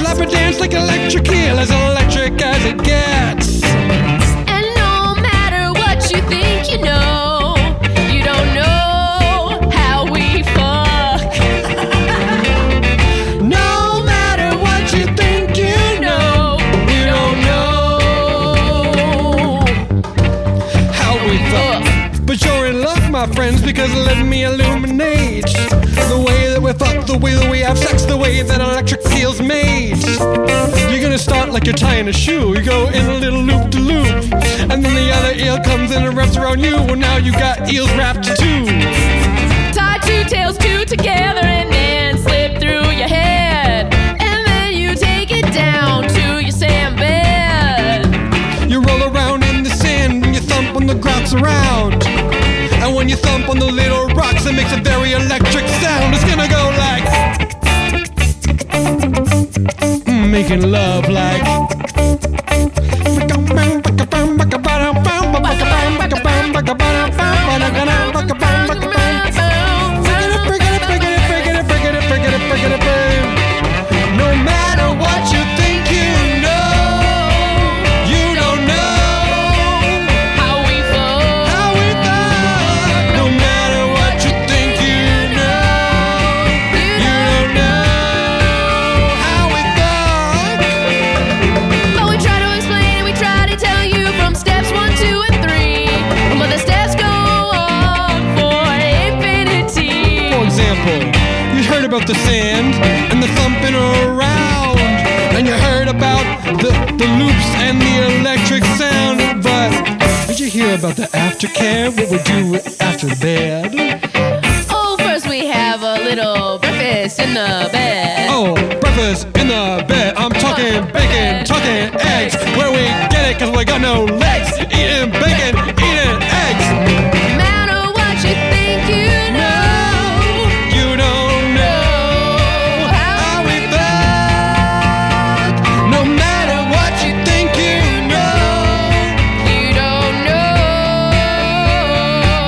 [SPEAKER 4] Slap a dance like electric eel, as electric as it gets.
[SPEAKER 2] And no matter what you think you know, you don't know how we fuck.
[SPEAKER 4] No matter what you think you know, we don't know how we fuck. But you're in luck, my friends, because let me illuminate the way that we fuck, the way that we have sex, the way that electric feels made. You're gonna start like you're tying a shoe. You go in a little loop de loop, and then the other eel comes in and wraps around you. Well, now you got eels wrapped too.
[SPEAKER 2] Tie two tails two together and then slip through your head. And then you take it down to your sand bed.
[SPEAKER 4] You roll around in the sand and you thump on the grots around. And when you thump on the little rocks, it makes a very electric sound. It's gonna go like. Mm, Making love like. No matter what you think you know, you don't know
[SPEAKER 2] How we fuck.
[SPEAKER 4] how we thought. No matter what you think you know, you don't know how we thought.
[SPEAKER 2] Oh, we try to explain and we try to tell you from steps one, two, and three. But the steps go on for infinity.
[SPEAKER 4] For example, you heard about the sand and the thumping around, and you heard about the, the loops and the electric sound, but did you hear about the aftercare? What we do after bed?
[SPEAKER 2] Oh, first we have a little breakfast in the bed.
[SPEAKER 4] Oh, breakfast in the bed. I'm talking bacon, talking eggs. Where we get it, cause we got no legs. Eating bacon, eating eggs.
[SPEAKER 2] No matter what you think you know.
[SPEAKER 4] You don't know how we fuck. No matter what you think you know.
[SPEAKER 2] You don't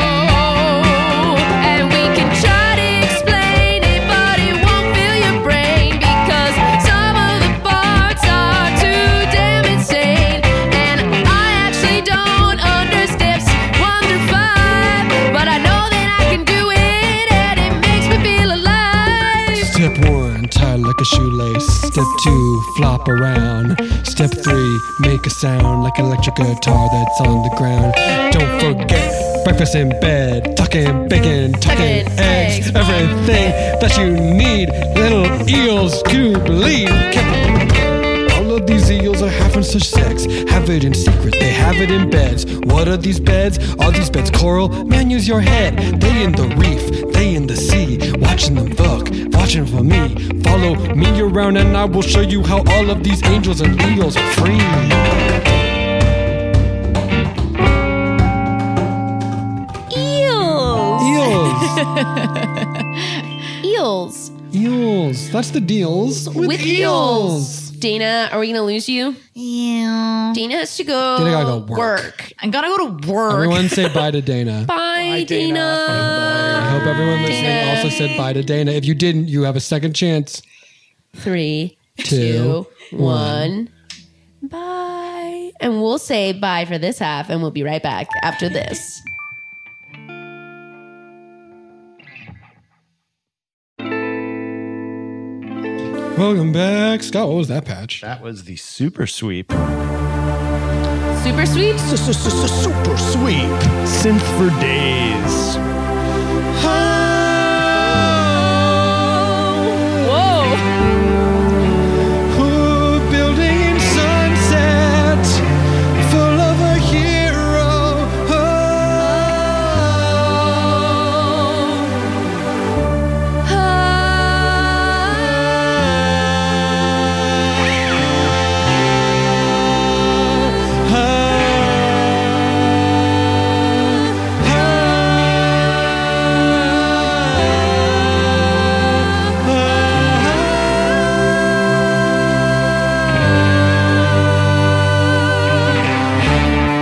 [SPEAKER 2] know, and we can try to explain it, but it won't fill your brain because some of the parts are too damn insane. And I actually don't understand one through five, but I know that I can do it, and it makes me feel alive.
[SPEAKER 4] Step one, tie like a shoelace. Step two, flop around. Step three, make a sound like an electric guitar that's on the ground. Don't forget breakfast in bed, tucking bacon, tucking
[SPEAKER 2] Tucking eggs.
[SPEAKER 4] eggs, everything that you need. Little eels, can you believe? Can- All of these eels are having such sex. Have it in secret, they have it in beds. What are these beds? Are these beds coral? Man, use your head. They in the reef, they in the sea. Watching them fuck, watching for me. Follow me around and I will show you how all of these angels and eels are free.
[SPEAKER 2] Eels,
[SPEAKER 4] Eels.
[SPEAKER 2] eels.
[SPEAKER 4] eels. That's the deals with, eels.
[SPEAKER 2] Dana, are we gonna lose you?
[SPEAKER 5] Yeah.
[SPEAKER 2] Dana has to go.
[SPEAKER 4] Dana gotta go work.
[SPEAKER 5] I gotta go to work.
[SPEAKER 4] Everyone say bye to Dana.
[SPEAKER 2] Bye, Dana.
[SPEAKER 4] I hope everyone listening
[SPEAKER 2] Dana.
[SPEAKER 4] also said bye to Dana. If you didn't, you have a second chance.
[SPEAKER 2] Three,
[SPEAKER 4] Two,
[SPEAKER 2] two,
[SPEAKER 4] one.
[SPEAKER 2] one. Bye. And we'll say bye for this half, and we'll be right back after this.
[SPEAKER 4] Welcome back, Scott. What was that patch?
[SPEAKER 10] That was the super sweep.
[SPEAKER 2] Super sweet.
[SPEAKER 10] Super sweep. Synth for days.
[SPEAKER 4] Whoa. Building in sunset, full of a hero.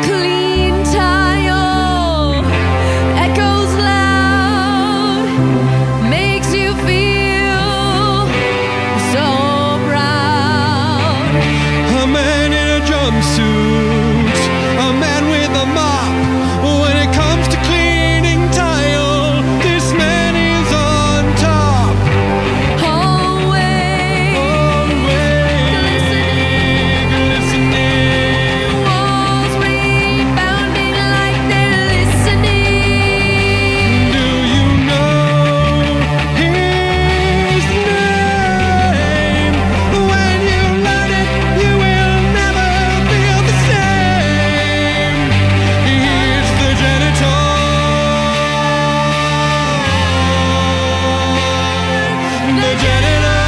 [SPEAKER 8] Clean tile echoes loud, makes you feel so proud.
[SPEAKER 4] A man in a jumpsuit, a man with a mop. When it comes to cleaning tile, this man is on top.
[SPEAKER 8] Always, glistening, glistening. Walls rebounding like they're listening.
[SPEAKER 4] Do you know his name? When you learn it, you will never feel the same. He's the janitor. The janitor.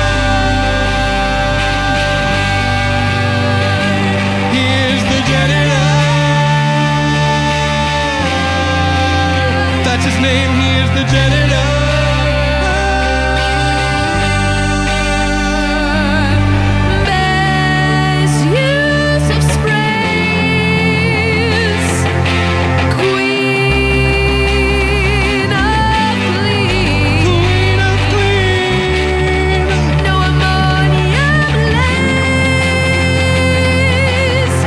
[SPEAKER 4] He's the janitor. That's his name, he is the janitor.
[SPEAKER 8] Best use of sprays, queen of clean, queen of clean. No ammonium lace,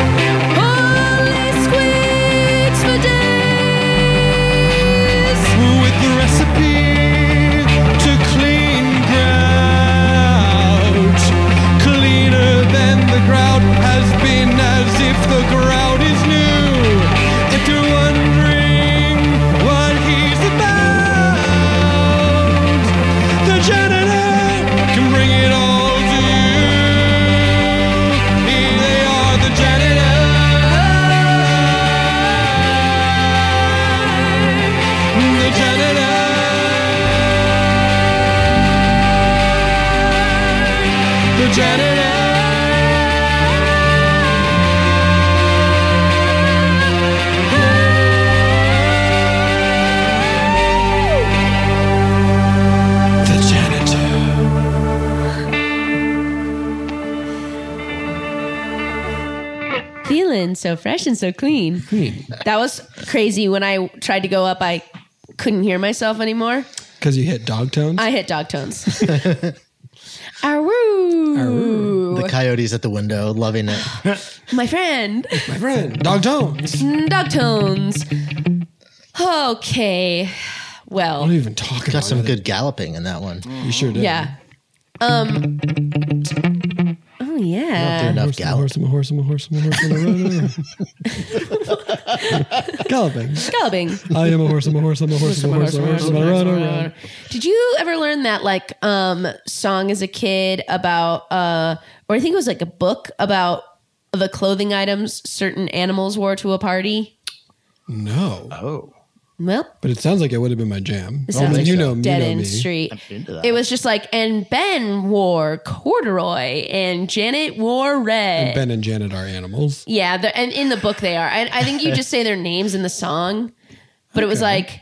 [SPEAKER 8] only squeaks for days.
[SPEAKER 4] With the recipe to clean grout. Cleaner than the grout has been as if the grout is new. If you're wondering what he's about, the janitor can bring it all to you. Here they are, the janitor. The janitor. The janitor. The janitor.
[SPEAKER 2] Feeling so fresh and so clean. That was crazy. When I tried to go up, I couldn't hear myself anymore.
[SPEAKER 4] Because you hit dog tones?
[SPEAKER 2] I hit dog tones. Arwoo.
[SPEAKER 3] The coyotes at the window, loving it.
[SPEAKER 2] My friend.
[SPEAKER 4] My friend. Dog tones.
[SPEAKER 2] Dog tones. Okay. Well,
[SPEAKER 4] don't even talk
[SPEAKER 3] Got some good galloping in that one.
[SPEAKER 4] You sure
[SPEAKER 2] yeah. Um. Oh yeah.
[SPEAKER 3] enough
[SPEAKER 4] Horse, horse, horse, horse, horse, horse, on the road. Galloping.
[SPEAKER 2] Scalloping.
[SPEAKER 4] I am a horse. I'm a horse. I'm a horse. I'm a horse. I'm a horse. I'm a run, I'm a run.
[SPEAKER 2] Did you ever learn that like um song as a kid about uh or I think it was like a book about the clothing items certain animals wore to a party?
[SPEAKER 4] No. Oh.
[SPEAKER 2] Well,
[SPEAKER 4] But it sounds like it would have been my jam.
[SPEAKER 2] it
[SPEAKER 4] I
[SPEAKER 2] sounds
[SPEAKER 4] mean,
[SPEAKER 2] like
[SPEAKER 4] Oh, you know, you
[SPEAKER 2] dead
[SPEAKER 4] know
[SPEAKER 2] end
[SPEAKER 4] me.
[SPEAKER 2] street. It was just like and Ben wore corduroy and Janet wore red.
[SPEAKER 4] And Ben and Janet are animals.
[SPEAKER 2] Yeah, they're- and in the book they are. I, I think you just say their names in the song, but it was
[SPEAKER 4] Okay.
[SPEAKER 2] like,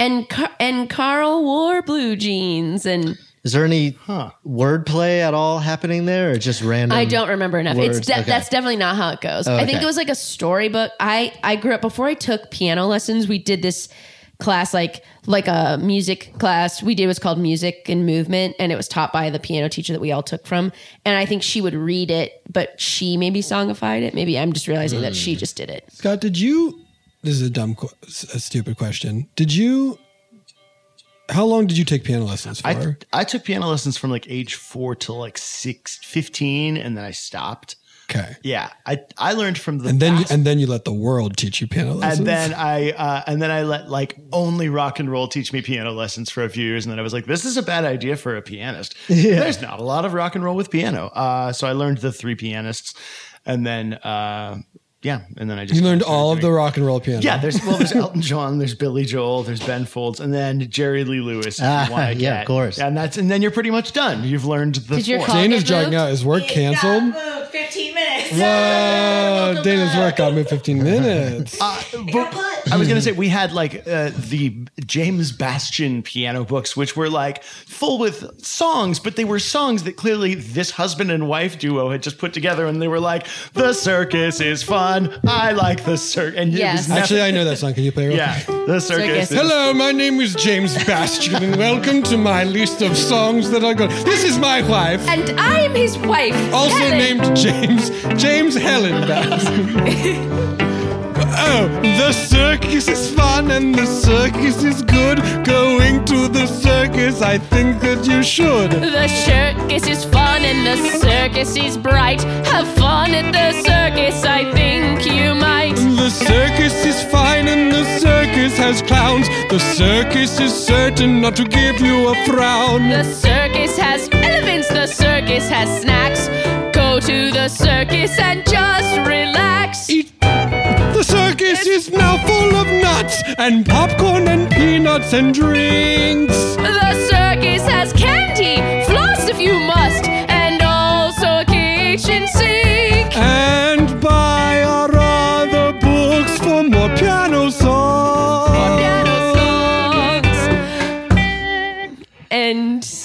[SPEAKER 2] and Car- and Carl wore blue jeans, and
[SPEAKER 3] Is there any wordplay at all happening there, or just random?
[SPEAKER 2] I don't remember enough. It's
[SPEAKER 3] words?
[SPEAKER 2] de-
[SPEAKER 3] Okay.
[SPEAKER 2] that's definitely not how it goes.
[SPEAKER 3] Oh,
[SPEAKER 2] I think
[SPEAKER 3] okay.
[SPEAKER 2] it was like a storybook. I I grew up before I took piano lessons. We did this class like like a music class we did was called music and movement and it was taught by the piano teacher that we all took from and i think she would read it but she maybe songified it maybe i'm just realizing that
[SPEAKER 3] Hmm.
[SPEAKER 2] she just did it
[SPEAKER 4] Scott, did you? This is a dumb, qu- a stupid question. Did you? How long did you take piano lessons for?
[SPEAKER 9] I, I took piano lessons from like age four to like six, 15, and then I stopped.
[SPEAKER 4] okay,
[SPEAKER 9] Yeah, I I learned from the
[SPEAKER 4] and then you,
[SPEAKER 9] vast-
[SPEAKER 4] and then you let the world teach you piano lessons.
[SPEAKER 9] and then I uh, and then I let like only rock and roll teach me piano lessons for a few years, and then I was like, this is a bad idea for a pianist. There's not a lot of rock and roll with piano, uh, so I learned the three pianists, and then uh, yeah, and then I just
[SPEAKER 4] you learned all of the rock and roll piano.
[SPEAKER 9] Yeah, there's well, there's Elton John, there's Billy Joel, there's Ben Folds, and then Jerry Lee Lewis. and
[SPEAKER 3] Ah,
[SPEAKER 9] Wildcat.
[SPEAKER 3] yeah, of course.
[SPEAKER 9] And that's and then you're pretty much done. You've learned the.
[SPEAKER 4] Did your
[SPEAKER 9] four.
[SPEAKER 4] call Dana's get jogging moved? out. Is work
[SPEAKER 2] Um,
[SPEAKER 4] canceled?
[SPEAKER 5] Moved 15 minutes.
[SPEAKER 4] Whoa, Dana's work got me 15 minutes.
[SPEAKER 9] Uh, but I was gonna say we had like uh, the James Bastian piano books, which were like full with songs, but they were songs that clearly this husband and wife duo had just put together, and they were like, "The circus is fun. I like the circus." And it was
[SPEAKER 4] Yes. Actually, I know that song. Can you play it? real
[SPEAKER 9] Yeah,
[SPEAKER 4] quick?
[SPEAKER 9] the circus. is-
[SPEAKER 4] Hello, my name is James Bastian, and welcome to my list of songs that I got. This is my wife,
[SPEAKER 2] and i am his wife
[SPEAKER 4] also
[SPEAKER 2] Helen.
[SPEAKER 4] named James James Helen Bastian. oh, the circus is fun and the circus is good. Going to the circus, I think that you should.
[SPEAKER 8] The circus is fun and the circus is bright. Have fun at the circus, I think you might.
[SPEAKER 4] The circus is fine and the circus has clowns. The circus is certain not to give you a frown.
[SPEAKER 8] The circus has elephants, the circus has snacks. Go to the circus and just relax.
[SPEAKER 4] The circus is now full of nuts and popcorn and peanuts and drinks.
[SPEAKER 8] The circus has candy, floss if you must, and also a kitchen sink.
[SPEAKER 4] And buy our other books for more piano songs.
[SPEAKER 2] and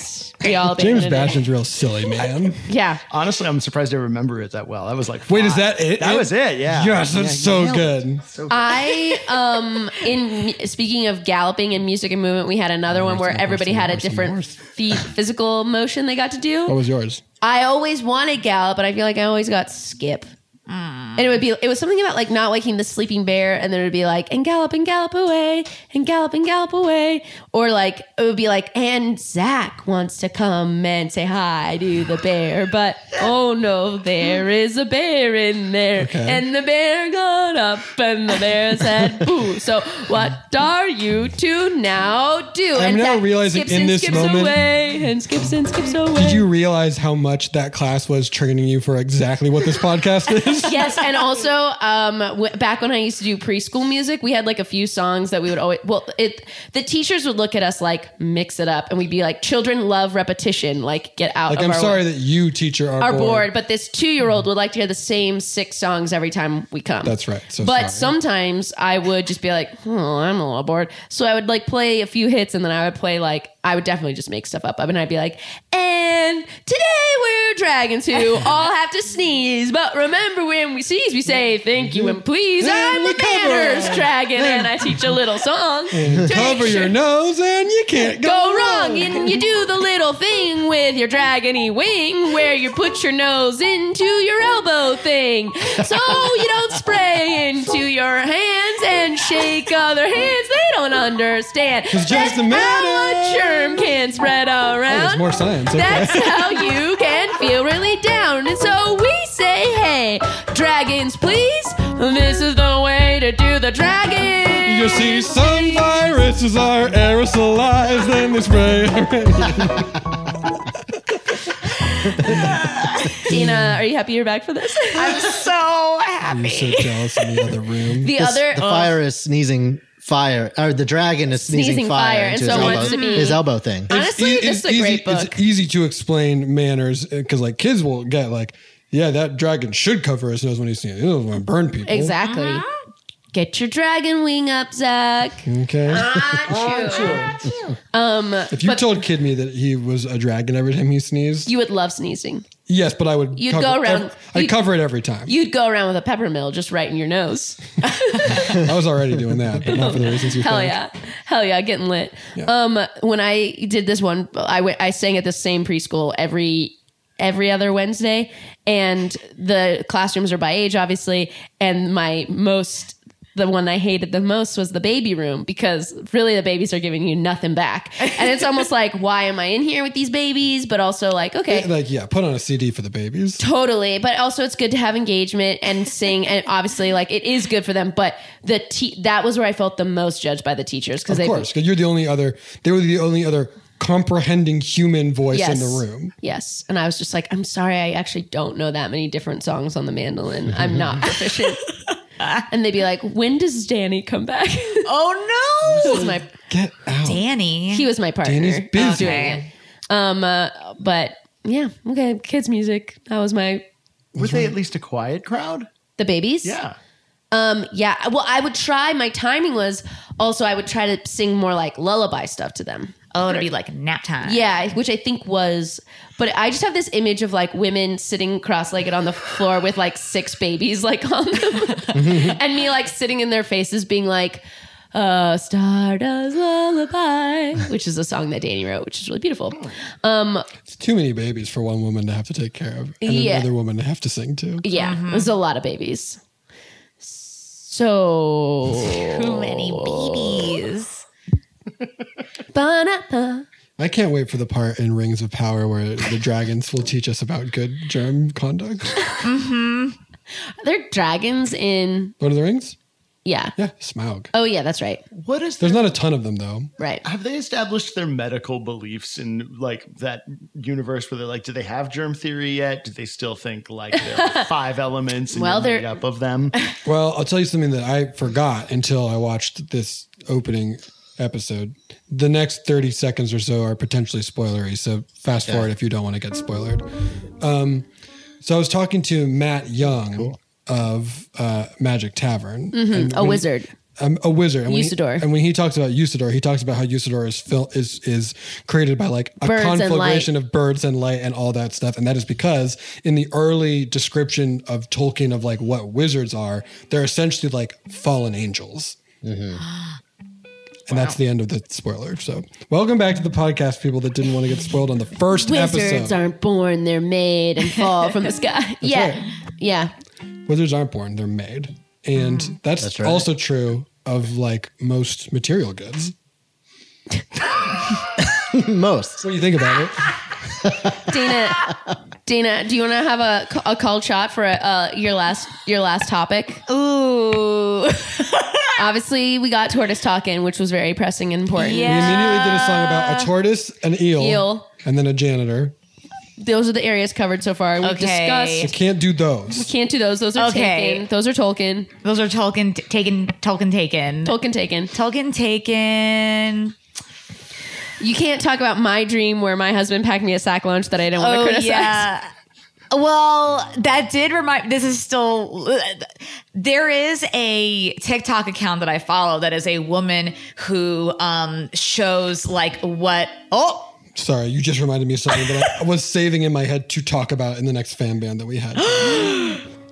[SPEAKER 2] we all
[SPEAKER 4] James
[SPEAKER 2] abandoned it.
[SPEAKER 4] Bastion's real silly, man.
[SPEAKER 2] yeah
[SPEAKER 9] Honestly, I'm surprised I remember it that well. I was like,
[SPEAKER 4] Wait, is
[SPEAKER 9] "Fuck."
[SPEAKER 4] that it?
[SPEAKER 9] That was it. Yeah.
[SPEAKER 4] Yes, that's
[SPEAKER 9] Yeah, you
[SPEAKER 4] so
[SPEAKER 9] nailed it.
[SPEAKER 4] good.
[SPEAKER 2] I um in mu- speaking of galloping and music and movement, we had another one where everybody had a different fe- physical motion they got to
[SPEAKER 4] What
[SPEAKER 2] do.
[SPEAKER 4] was yours?
[SPEAKER 2] I always wanted gallop, but I feel like I always got skip. And it would be it was something about like not waking the sleeping bear, and then it would be like and gallop and gallop away and gallop and gallop away, or like it would be like and Zach wants to come and say hi to the bear, but oh no, there is a bear in there,
[SPEAKER 8] Okay.
[SPEAKER 2] and the bear got up and the bear said boo. So what are you to now do?
[SPEAKER 4] I'm
[SPEAKER 2] and
[SPEAKER 4] now
[SPEAKER 2] Zach
[SPEAKER 4] realizing
[SPEAKER 2] skips
[SPEAKER 4] in
[SPEAKER 2] and
[SPEAKER 4] this
[SPEAKER 2] skips
[SPEAKER 4] moment-
[SPEAKER 2] away and skips and skips away.
[SPEAKER 4] Did you realize how much that class was training you for exactly what this podcast is?
[SPEAKER 2] yes, and also um, w- back when I used to do preschool music, we had like a few songs that we would always. Well, it the teachers would look at us like mix it up, and we'd be like, "Children love repetition. Like get out."
[SPEAKER 4] Like,
[SPEAKER 2] of
[SPEAKER 4] I'm
[SPEAKER 2] our
[SPEAKER 4] sorry that you, teacher, are,
[SPEAKER 2] Are bored, but this two-year-old would like to hear the same six songs every time we come.
[SPEAKER 4] That's right. So
[SPEAKER 2] but
[SPEAKER 4] sorry.
[SPEAKER 2] sometimes I would just be like, "Oh, I'm a little bored," so I would like play a few hits, and then I would play like I would definitely just make stuff up. I mean, I'd be like, "And today we're dragons who all have to sneeze, but remember when we sneeze, we say thank you and please." I'm the manners dragon, and I teach a little song.
[SPEAKER 4] And
[SPEAKER 2] to
[SPEAKER 4] cover
[SPEAKER 2] make sure-
[SPEAKER 4] your nose and you can't go,
[SPEAKER 2] go wrong and you do the little thing with your dragony wing where you put your nose into your elbow thing so you don't spray into your hands and shake other hands they don't understand
[SPEAKER 4] It's just
[SPEAKER 2] That's
[SPEAKER 4] a
[SPEAKER 2] how a germ can spread
[SPEAKER 4] Oh,
[SPEAKER 2] around
[SPEAKER 4] there's more science. Okay.
[SPEAKER 2] that's how you can feel really down. And so we say, hey, dragons, please. This is the way to do the dragon.
[SPEAKER 4] You see, some viruses are aerosolized and they spray around.
[SPEAKER 2] Dina, are you happy you're back for this? I'm
[SPEAKER 5] so happy.
[SPEAKER 4] You're so jealous in the other room.
[SPEAKER 2] The other-
[SPEAKER 3] the
[SPEAKER 2] oh.
[SPEAKER 3] fire is sneezing fire, or the dragon is sneezing,
[SPEAKER 2] Sneezing fire,
[SPEAKER 3] fire,
[SPEAKER 2] and
[SPEAKER 3] into
[SPEAKER 2] so
[SPEAKER 3] his,
[SPEAKER 2] wants
[SPEAKER 3] elbow,
[SPEAKER 2] to be-
[SPEAKER 3] his elbow thing.
[SPEAKER 2] Honestly, this is a
[SPEAKER 4] E-, easy,
[SPEAKER 2] great book.
[SPEAKER 4] It's easy to explain manners because, like, kids will get like, yeah, that dragon should cover his nose when he sneezes. He doesn't want to burn people.
[SPEAKER 2] Exactly. Get your dragon wing up, Zach.
[SPEAKER 4] Okay.
[SPEAKER 2] Um,
[SPEAKER 4] If you
[SPEAKER 2] but
[SPEAKER 4] told Kid Me that he was a dragon every time he sneezed,
[SPEAKER 2] you would love sneezing.
[SPEAKER 4] yes, but I would.
[SPEAKER 2] You'd
[SPEAKER 4] cover
[SPEAKER 2] go
[SPEAKER 4] it
[SPEAKER 2] around-
[SPEAKER 4] ev- I'd
[SPEAKER 2] you'd-
[SPEAKER 4] cover it every time.
[SPEAKER 2] You'd go around with a peppermill just right in your nose.
[SPEAKER 4] I was already doing that, but not for the reasons you.
[SPEAKER 2] Hell
[SPEAKER 4] think.
[SPEAKER 2] yeah. Hell yeah, getting lit. Um when I did this one, I went I sang at the same preschool every every other Wednesday and the classrooms are by age obviously and my most the one I hated the most was the baby room because really the babies are giving you nothing back. And it's almost like, why am I in here with these babies? But also, like, okay,
[SPEAKER 4] Yeah, Like yeah, put on a CD for the babies.
[SPEAKER 2] Totally, but also it's good to have engagement and sing, and obviously, like it is good for them. But the te- that was where I felt the most judged by the teachers because
[SPEAKER 4] Of
[SPEAKER 2] they
[SPEAKER 4] course, because you're the only other. They were the only other comprehending human voice in the room.
[SPEAKER 2] Yes, and I was just like, I'm sorry, I actually don't know that many different songs on the mandolin. I'm not proficient. and they'd be like, When does Danny come back?
[SPEAKER 5] Oh
[SPEAKER 2] no! Who was my
[SPEAKER 4] Get out.
[SPEAKER 5] Danny?
[SPEAKER 2] He was my partner.
[SPEAKER 4] Danny's busy.
[SPEAKER 2] doing it. Um, uh, but yeah, okay, kids music. That was my.
[SPEAKER 9] Were they at least a quiet crowd?
[SPEAKER 2] The babies?
[SPEAKER 9] Yeah.
[SPEAKER 2] Um, yeah. Well, I would try. My timing was also I would try to sing more like lullaby stuff to them.
[SPEAKER 5] Oh, it'd be like nap time.
[SPEAKER 2] Yeah, which I think was, but I just have this image of like women sitting cross-legged on the floor with like six babies like on them, and me like sitting in their faces, being like, uh, "Stardust Lullaby," which is a song that Danny wrote, which is really beautiful. Um,
[SPEAKER 4] It's too many babies for one woman to have to take care of, and
[SPEAKER 2] Yeah.
[SPEAKER 4] another woman to have to sing to.
[SPEAKER 2] yeah, it was a lot of babies. So
[SPEAKER 5] Too many babies.
[SPEAKER 2] Ba-na-ba.
[SPEAKER 4] I can't wait for the part in Rings of Power where the dragons will teach us about good germ conduct.
[SPEAKER 2] Mm-hmm. Are there dragons in?
[SPEAKER 4] Lord of the Rings?
[SPEAKER 2] Yeah.
[SPEAKER 4] Yeah, Smaug.
[SPEAKER 2] Oh yeah, that's right.
[SPEAKER 9] What is
[SPEAKER 4] There's not a ton of them though.
[SPEAKER 2] Right.
[SPEAKER 9] Have they established their medical beliefs in like that universe where they're like, do they have germ theory yet? Do they still think like there are five elements and
[SPEAKER 2] Well,
[SPEAKER 9] well,
[SPEAKER 2] they're-
[SPEAKER 9] made up of them?
[SPEAKER 4] Well, I'll tell you something that I forgot until I watched this opening episode. The next 30 seconds or so are potentially spoilery, so fast
[SPEAKER 10] Yeah.
[SPEAKER 4] forward if you don't want to get spoiled. Um, so I was talking to Matt Young of uh, Magic Tavern.
[SPEAKER 2] Mhm,
[SPEAKER 4] And
[SPEAKER 2] a
[SPEAKER 4] when-
[SPEAKER 2] wizard.
[SPEAKER 4] Um, a wizard. And when he-
[SPEAKER 2] Usador.
[SPEAKER 4] and when he talks about Usador, he talks about how Usador is fil- is is created by like a
[SPEAKER 10] Birds and light.
[SPEAKER 4] conflagration of birds and light and all that stuff. And that is because in the early description of Tolkien of like what wizards are, they're essentially like fallen angels.
[SPEAKER 10] Mm-hmm.
[SPEAKER 4] And that's the end of the spoiler. So, welcome back to the podcast, people that didn't want to get spoiled on the first
[SPEAKER 2] Wizards
[SPEAKER 4] episode.
[SPEAKER 2] aren't born; they're made and fall from the sky. yeah, yeah.
[SPEAKER 4] Wizards aren't born, they're made. And
[SPEAKER 10] Mm.
[SPEAKER 4] that's, also true of like most material goods.
[SPEAKER 3] most.
[SPEAKER 4] What do you think about it?
[SPEAKER 2] Dana, Dana, do you want to have a, c- a cold shot for uh, your last your last topic? Ooh. Obviously, we got tortoise talking, which was very pressing and important.
[SPEAKER 4] We immediately did a song about a tortoise, an eel,
[SPEAKER 2] Eel.
[SPEAKER 4] and then a janitor.
[SPEAKER 2] Those are the areas covered so far. We've
[SPEAKER 4] You
[SPEAKER 2] discussed.
[SPEAKER 4] can't do those.
[SPEAKER 2] We can't do those. Those are
[SPEAKER 5] Okay.
[SPEAKER 2] taken. Those are Tolkien.
[SPEAKER 5] Those are Tolkien t- taken. Tolkien taken.
[SPEAKER 2] Tolkien taken.
[SPEAKER 5] Tolkien taken.
[SPEAKER 2] You can't talk about my dream where my husband packed me a sack lunch that I didn't want to
[SPEAKER 5] Oh
[SPEAKER 2] criticize.
[SPEAKER 5] yeah. Well, that did remind. This is still. There is a TikTok account that I follow that is a woman who um shows like what. Oh,
[SPEAKER 4] Sorry, you just reminded me of something that I was saving in my head to talk about in the next fan band that we had.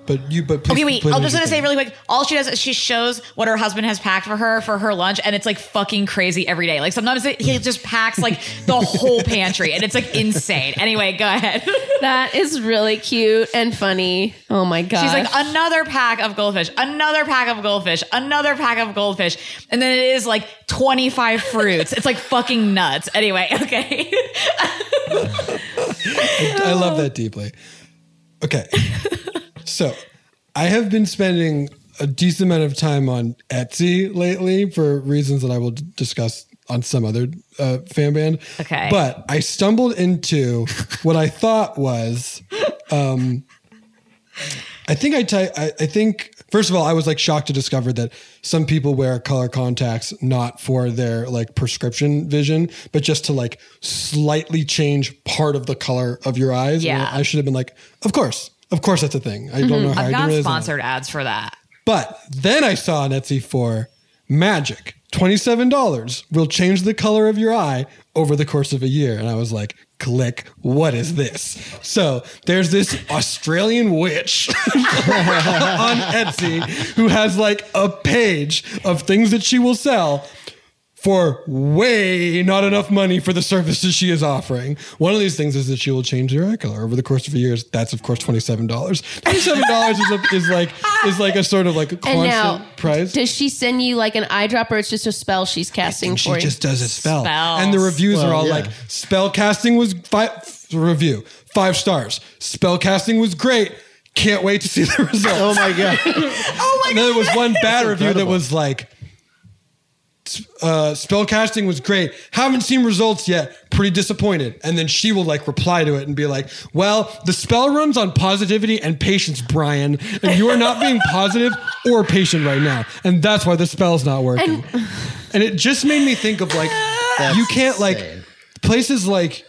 [SPEAKER 4] but you, but please,
[SPEAKER 5] okay, wait.
[SPEAKER 4] please
[SPEAKER 5] I'm
[SPEAKER 4] finish
[SPEAKER 5] just gonna
[SPEAKER 4] your
[SPEAKER 5] say
[SPEAKER 4] thing.
[SPEAKER 5] really quick. All she does is she shows what her husband has packed for her for her lunch, and it's like fucking crazy every day. Like sometimes it, he just packs like the whole pantry, and it's like insane. Anyway, go ahead.
[SPEAKER 2] That is really cute and funny. Oh my god.
[SPEAKER 5] She's like another pack of goldfish, another pack of goldfish, another pack of goldfish, and then it is like 25 fruits. it's like fucking nuts. Anyway, okay.
[SPEAKER 4] I love that deeply. Okay. so I have been spending a decent amount of time on Etsy lately for reasons that I will d- discuss on some other uh, fan band.
[SPEAKER 5] Okay.
[SPEAKER 4] But I stumbled into what I thought was. Um, I think I ty- I I think first of all I was like shocked to discover that some people wear color contacts not for their like prescription vision but just to like slightly change part of the color of your eyes. And
[SPEAKER 5] Yeah. Mm-hmm.
[SPEAKER 4] I should have been like, of course, of course that's a thing. I don't know how
[SPEAKER 5] I've
[SPEAKER 4] I didn't
[SPEAKER 5] gotten
[SPEAKER 4] realize that.
[SPEAKER 5] sponsored ads for that.
[SPEAKER 4] But then I saw an Etsy for magic. $27 will change the color of your eye over the course of a year. And I was like, click, what is this? So there's this Australian witch on Etsy who has like a page of things that she will sell for way not enough money for the services she is offering. One of these things is that she will change your eye color over the course of a year. That's of course twenty seven dollars. Twenty seven dollars is, a- is like is like a sort of like a
[SPEAKER 2] And
[SPEAKER 4] constant
[SPEAKER 2] now,
[SPEAKER 4] price.
[SPEAKER 2] does she send you like an eyedropper? It's just a spell she's casting
[SPEAKER 4] She
[SPEAKER 2] for you.
[SPEAKER 4] just does a spell. And the reviews are
[SPEAKER 2] Well,
[SPEAKER 4] all
[SPEAKER 2] yeah.
[SPEAKER 4] like, spell casting was five review, five stars. Spell casting was great. Can't wait to see the results. Oh my god. oh my and then there was one bad review that was like uh, spell casting was great. Haven't seen results yet. Pretty disappointed. And then she will like reply to it and be like, "Well, the spell runs on positivity and patience, Brian, and you are not being positive or patient right now, and that's why the spell's not working."
[SPEAKER 2] And
[SPEAKER 4] And it just made me think of like you can't like places like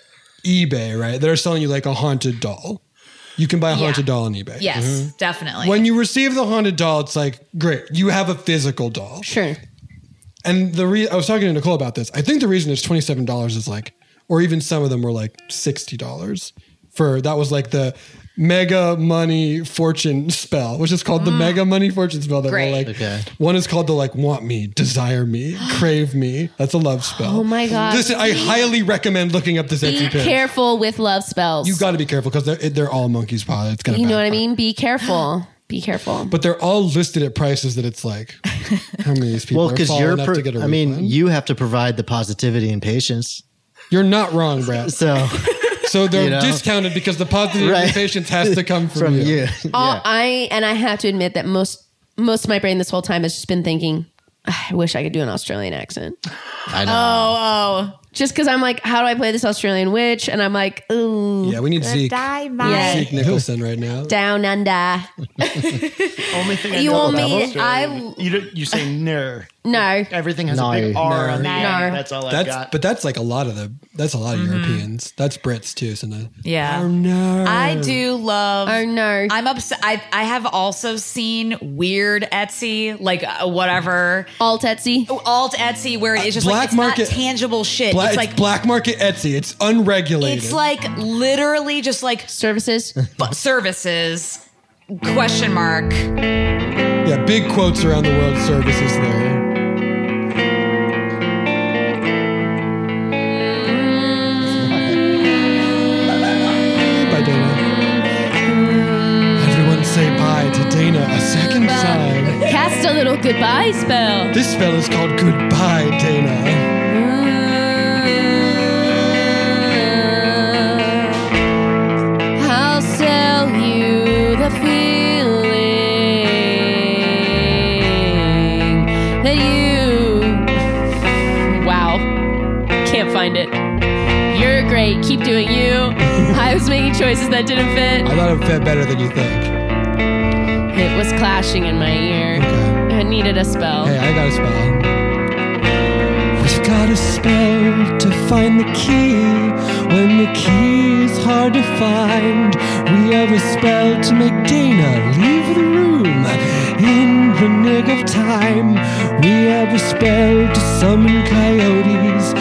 [SPEAKER 4] eBay, right? That are selling you like a haunted doll. You can buy a
[SPEAKER 5] Yeah.
[SPEAKER 4] haunted doll on eBay.
[SPEAKER 5] Yes,
[SPEAKER 4] Mhm.
[SPEAKER 5] definitely.
[SPEAKER 4] When you receive the haunted doll, it's like great. You have a physical doll.
[SPEAKER 2] Sure.
[SPEAKER 4] And the re- I was talking to Nicole about this. I think the reason it's twenty seven dollars is like, or even some of them were like sixty dollars for that was like the mega money fortune spell, which is called the mega money fortune spell. That
[SPEAKER 2] Mm. Great.
[SPEAKER 4] were like
[SPEAKER 2] Okay.
[SPEAKER 4] one is called the like want me, desire me, crave me. That's a love spell.
[SPEAKER 2] Oh my God.
[SPEAKER 4] Listen, I highly recommend looking up this
[SPEAKER 2] be
[SPEAKER 4] Etsy page.
[SPEAKER 2] careful with love spells.
[SPEAKER 4] You got to be careful because they're they're all monkeys paw. It's gonna
[SPEAKER 2] You know what I mean? Be careful. Be careful.
[SPEAKER 4] But they're all listed at prices that it's like, how many of these people
[SPEAKER 3] well,
[SPEAKER 4] are
[SPEAKER 3] because
[SPEAKER 4] falling
[SPEAKER 3] you're.
[SPEAKER 4] enough
[SPEAKER 3] pro-
[SPEAKER 4] to get a
[SPEAKER 3] I mean,
[SPEAKER 4] refund?
[SPEAKER 3] you have to provide the positivity and patience.
[SPEAKER 4] You're not wrong, Brad.
[SPEAKER 3] So,
[SPEAKER 4] so they're
[SPEAKER 3] you know.
[SPEAKER 4] discounted because the positive
[SPEAKER 3] Right.
[SPEAKER 4] patience has to come from,
[SPEAKER 3] From
[SPEAKER 4] you.
[SPEAKER 3] you.
[SPEAKER 2] All I and I have to admit that most most of my brain this whole time has just been thinking, "Ah, I wish I could do an Australian accent.
[SPEAKER 3] I
[SPEAKER 4] know.
[SPEAKER 2] Oh, oh. Just because I'm like, how do I play this Australian witch? And I'm like, ooh.
[SPEAKER 4] Yeah, we need Zeke. Zeke Nicholson right now.
[SPEAKER 2] Down under.
[SPEAKER 9] Only thing I
[SPEAKER 2] You
[SPEAKER 9] know
[SPEAKER 2] want
[SPEAKER 9] about
[SPEAKER 2] me-
[SPEAKER 9] Australian- you don't- you say ner.
[SPEAKER 2] No.
[SPEAKER 9] Everything has a big
[SPEAKER 4] No.
[SPEAKER 9] R
[SPEAKER 4] No.
[SPEAKER 9] on the end.
[SPEAKER 4] No.
[SPEAKER 9] That's all I've
[SPEAKER 4] That's
[SPEAKER 9] got.
[SPEAKER 4] but that's like a lot of the that's a lot of Europeans. That's Brits too. So no.
[SPEAKER 5] Mm-hmm. Yeah.
[SPEAKER 4] Oh no.
[SPEAKER 5] I do love. Oh
[SPEAKER 2] no!
[SPEAKER 5] I'm upset. I I have also seen weird Etsy, like uh, whatever
[SPEAKER 2] alt Etsy,
[SPEAKER 5] alt Etsy, where it's just
[SPEAKER 4] Oh. Black
[SPEAKER 5] like it's
[SPEAKER 4] market-
[SPEAKER 5] not tangible shit.
[SPEAKER 4] Bla-
[SPEAKER 5] it's
[SPEAKER 4] it's
[SPEAKER 5] like
[SPEAKER 4] black market Etsy. It's unregulated.
[SPEAKER 5] it's like literally just like
[SPEAKER 2] services,
[SPEAKER 5] but services question mark.
[SPEAKER 4] yeah, big quotes around the world services there. Bye, Dana. Everyone say bye to Dana a second time.
[SPEAKER 2] Cast a little goodbye spell.
[SPEAKER 4] This spell is called Goodbye, Dana.
[SPEAKER 2] Mm. I'll sell you the feeling that you. Wow. Can't find it. You're great. Keep doing you. I was making choices that didn't fit.
[SPEAKER 4] I thought it fit better than you think.
[SPEAKER 2] It was clashing in my ear. I needed a spell.
[SPEAKER 4] Hey, I got a spell. We've got a spell to find the key. When the key is hard to find, we have a spell to make Dana leave the room. In the nick of time, we have a spell to summon coyotes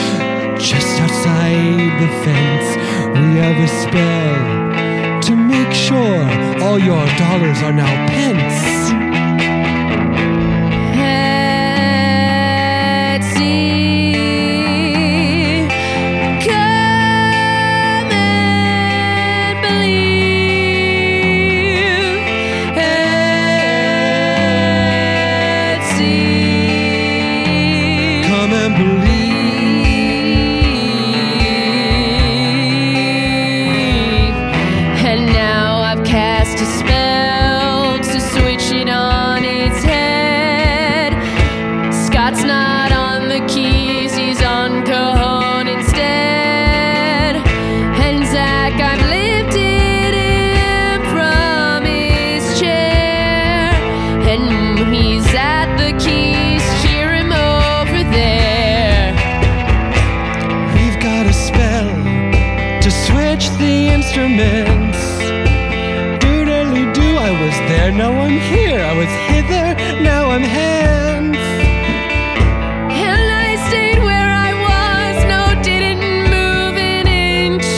[SPEAKER 4] just outside the fence. We have a spell to make sure all your dollars are now pence.
[SPEAKER 2] Etsy. Come and believe. Etsy.
[SPEAKER 4] Come and
[SPEAKER 2] believe. And now I've cast a spell to switch it on its head. Scott's not on the keys, he's on Cajon instead. And Zach, I've lifted him from his chair. And he's at the keys, cheer him over there.
[SPEAKER 4] We've got a spell to switch the instruments. Doodly doo, I was there, no one here. I was hither one hand.
[SPEAKER 2] And I stayed where I was, no, didn't move an inch.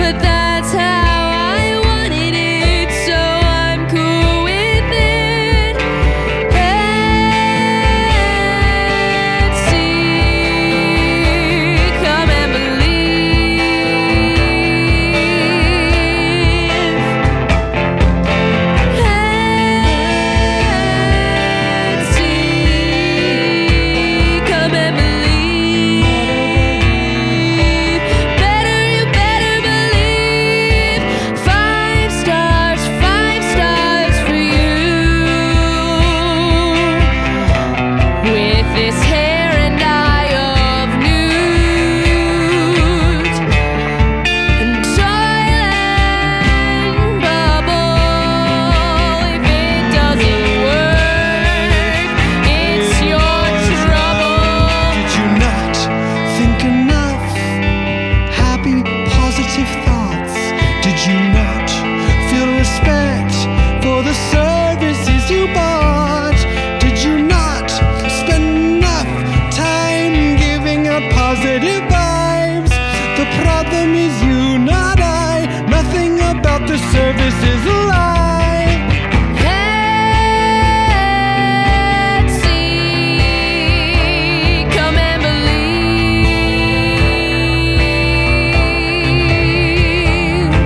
[SPEAKER 2] But that's how I wanted it, so I'm cool with it. And see, come and believe. And see, come and believe. Better you better believe. Five stars, five stars for you. With this hair and eye of nude and toil bubble. If it doesn't work, it's your trouble.
[SPEAKER 4] Did you not think enough happy, positive thoughts? Did you not feel respect for the services you bought? Did you not spend enough time giving out positive vibes? The problem is you, not I. Nothing about the service is a lie.
[SPEAKER 2] And see, come and believe.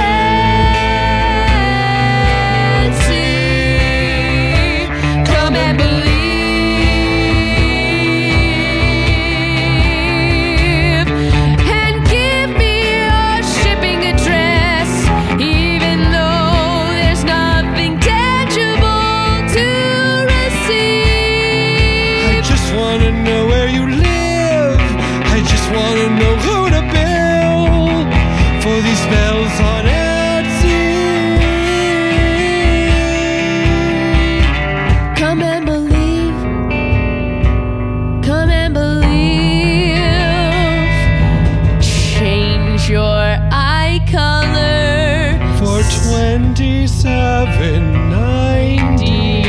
[SPEAKER 2] And see, come and believe. And give me your shipping address, even though there's nothing tangible to receive.
[SPEAKER 4] I just wanna know where you live. I just wanna know who to bill for these spells on Etsy.
[SPEAKER 2] Come and believe. Come and believe. Change your eye color.
[SPEAKER 4] For twenty-seven ninety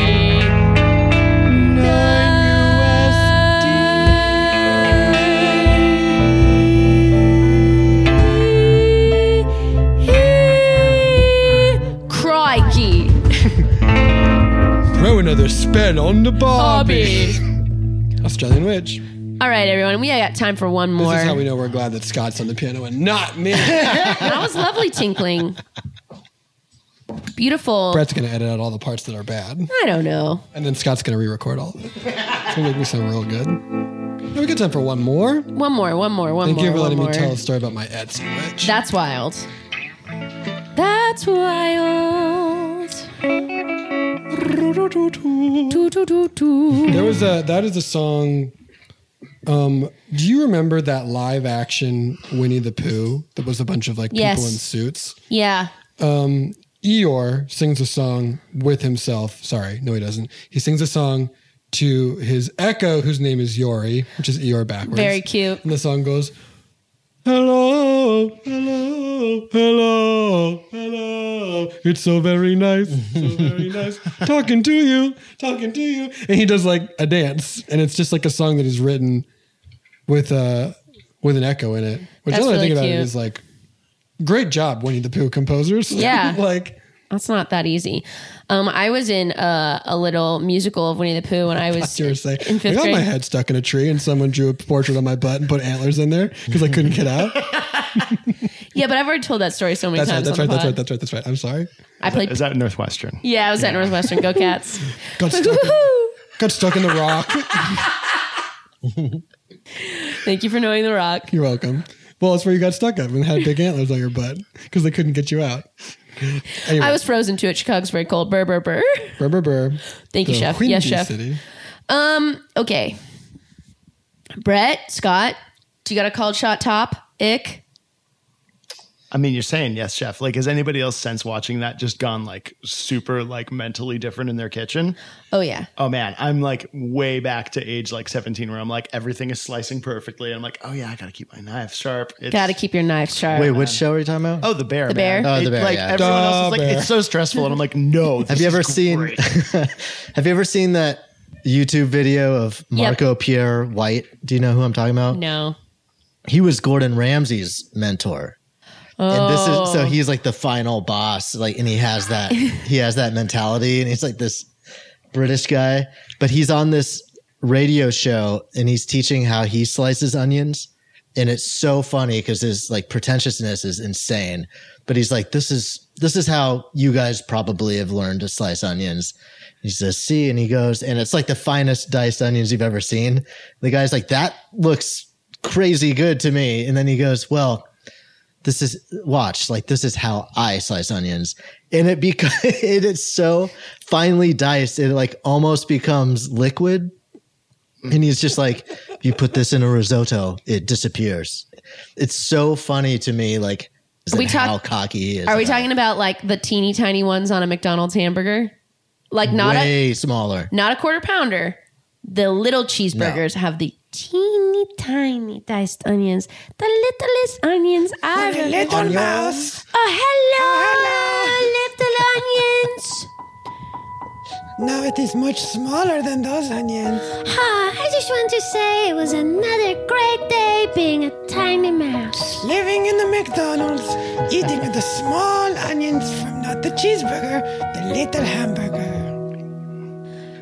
[SPEAKER 2] Crikey.
[SPEAKER 4] Throw another spell on the Barbie.
[SPEAKER 2] Barbie.
[SPEAKER 4] Australian witch.
[SPEAKER 11] All right, everyone. We got time for one more.
[SPEAKER 4] This is how we know we're glad that Scott's on the piano and not me.
[SPEAKER 11] that was lovely tinkling. Beautiful.
[SPEAKER 4] Brett's gonna edit out all the parts that are bad.
[SPEAKER 11] I don't know.
[SPEAKER 4] And then Scott's gonna re-record all of it. It's gonna make me sound real good. Have a good time for one more.
[SPEAKER 11] One more, one more, one
[SPEAKER 4] Thank
[SPEAKER 11] more.
[SPEAKER 4] you for letting
[SPEAKER 11] one
[SPEAKER 4] me
[SPEAKER 11] more.
[SPEAKER 4] tell a story about my Etsy witch.
[SPEAKER 11] That's wild. That's wild.
[SPEAKER 4] There was
[SPEAKER 11] Mm.
[SPEAKER 4] a that is a song. Um, do you remember that live action Winnie the Pooh that was a bunch of like
[SPEAKER 11] Yes.
[SPEAKER 4] people in suits?
[SPEAKER 11] Yeah.
[SPEAKER 4] Um, Eeyore sings a song with himself. Sorry, no, he doesn't. He sings a song to his echo, whose name is Yori, which is Eeyore backwards.
[SPEAKER 11] Very cute.
[SPEAKER 4] And the song goes, Hello, hello, hello, hello. It's so very nice, so very nice. Talking to you, talking to you. And he does like a dance, and it's just like a song that he's written with uh with an echo in it. Which
[SPEAKER 11] That's
[SPEAKER 4] now that I
[SPEAKER 11] really
[SPEAKER 4] think about it
[SPEAKER 11] cute.
[SPEAKER 4] is like, great job, Winnie the Pooh composers.
[SPEAKER 11] Yeah.
[SPEAKER 4] like
[SPEAKER 11] That's not that easy. Um, I was in a, a little musical of Winnie the Pooh when I was
[SPEAKER 4] you were saying,
[SPEAKER 11] in
[SPEAKER 4] I
[SPEAKER 11] fifth
[SPEAKER 4] got
[SPEAKER 11] grade.
[SPEAKER 4] my head stuck in a tree, and someone drew a portrait on my butt and put antlers in there because I couldn't get out.
[SPEAKER 11] Yeah, but I've already told that story so many
[SPEAKER 4] That's right.
[SPEAKER 11] times.
[SPEAKER 4] That's
[SPEAKER 11] on the
[SPEAKER 4] right.
[SPEAKER 11] pod.
[SPEAKER 4] That's right. That's right. That's right. I'm sorry.
[SPEAKER 11] I played.
[SPEAKER 9] Is that Northwestern?
[SPEAKER 11] yeah, I was at Northwestern. Go Cats.
[SPEAKER 4] Got stuck. in- got stuck in the rock.
[SPEAKER 11] Thank you for knowing the rock.
[SPEAKER 4] You're welcome. Well, that's where you got stuck up and had big antlers on your butt because they couldn't get you out. Anyway,
[SPEAKER 11] I was frozen too at Chicago's very cold. Burr burr burr.
[SPEAKER 4] Brr, brr, brr.
[SPEAKER 11] Thank you,
[SPEAKER 4] The
[SPEAKER 11] chef. Yes,
[SPEAKER 4] windy
[SPEAKER 11] chef.
[SPEAKER 4] city.
[SPEAKER 11] Um. Okay. Brett Scott, do you got a cold shot top? Ick.
[SPEAKER 9] I mean, you're saying yes, chef. Like, has anybody else since watching that just gone like super like mentally different in their kitchen?
[SPEAKER 12] Oh yeah.
[SPEAKER 9] Oh man, I'm like way back to age like 17 where I'm like everything is slicing perfectly. And I'm like, oh yeah, I gotta keep my knife sharp. It's-
[SPEAKER 12] Gotta keep your knife sharp.
[SPEAKER 3] Wait, which show are you talking about?
[SPEAKER 9] Oh, the bear.
[SPEAKER 12] The
[SPEAKER 9] man.
[SPEAKER 3] bear? Oh, the
[SPEAKER 9] It-
[SPEAKER 3] bear,
[SPEAKER 9] Like
[SPEAKER 3] yeah.
[SPEAKER 9] everyone else is
[SPEAKER 3] The
[SPEAKER 9] like,
[SPEAKER 3] bear.
[SPEAKER 9] it's so stressful, and I'm like, no.
[SPEAKER 3] Have you ever seen? have you ever seen that YouTube video of Marco Pierre White? Do you know who I'm talking about?
[SPEAKER 12] No.
[SPEAKER 3] He was Gordon Ramsay's mentor. And this is so he's like the final boss, like, and he has that he has that mentality, and he's like this British guy, but he's on this radio show and he's teaching how he slices onions, and it's so funny because his like pretentiousness is insane. But he's like, this is this is how you guys probably have learned to slice onions. He says, see, and he goes, and it's like the finest diced onions you've ever seen. The guy's like, that looks crazy good to me, and then he goes, well this is watch like this is how i slice onions and it because it is so finely diced it like almost becomes liquid and he's just like you put this in a risotto it disappears it's so funny to me like
[SPEAKER 12] Are we
[SPEAKER 3] and
[SPEAKER 12] talk-
[SPEAKER 3] how cocky he is
[SPEAKER 12] Are we
[SPEAKER 3] about
[SPEAKER 12] talking about like the teeny tiny ones on a McDonald's hamburger? Like not a
[SPEAKER 3] way smaller
[SPEAKER 12] not a quarter pounder. The little cheeseburgers have the teeny tiny diced onions. The littlest onions are
[SPEAKER 13] a little Onions. mouse.
[SPEAKER 12] Oh hello,
[SPEAKER 4] Now it is much smaller than those onions.
[SPEAKER 2] Ah, I just want to say it was another great day being a tiny mouse.
[SPEAKER 4] Living in the McDonald's, eating the small onions from not the cheeseburger, the little hamburger.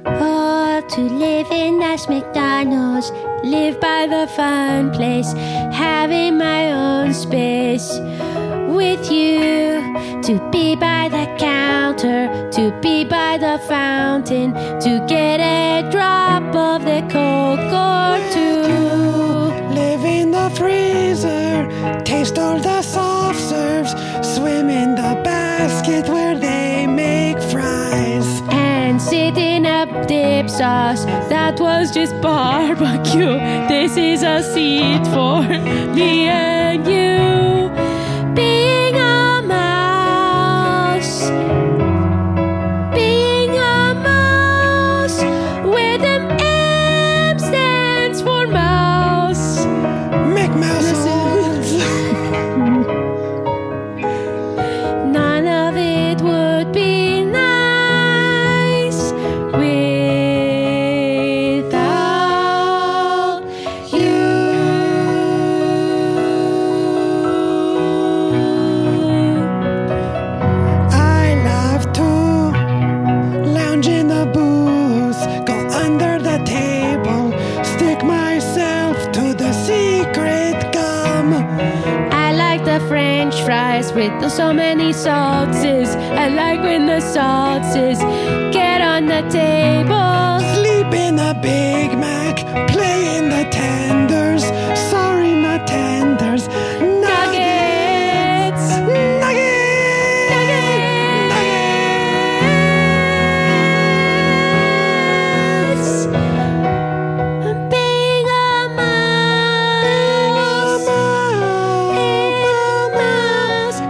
[SPEAKER 2] Oh, to live in nice McDonald's, live by the fun place, having my own space with you. To be by the counter, to be by the fountain, to get a drop of the Coke or two.
[SPEAKER 4] Live in the freezer, taste all the soft serves, swim in the basket where they make fries.
[SPEAKER 2] and sitting up dip sauce. That was just barbecue. This is a seat for me and you. Being a mouse. Being a mouse. Where the M stands for mouse. McMouse. None of it would be nice without
[SPEAKER 4] I love to lounge in the booth, go under the table, stick myself to the secret gum.
[SPEAKER 2] I like the french fries with the so many salses. I like when the salses get on the table.
[SPEAKER 4] Sleep in a Big Mac, play in the tenders. Sorry, not tenders. Nuggets. Nuggets.
[SPEAKER 2] Nuggets. Being a mouse.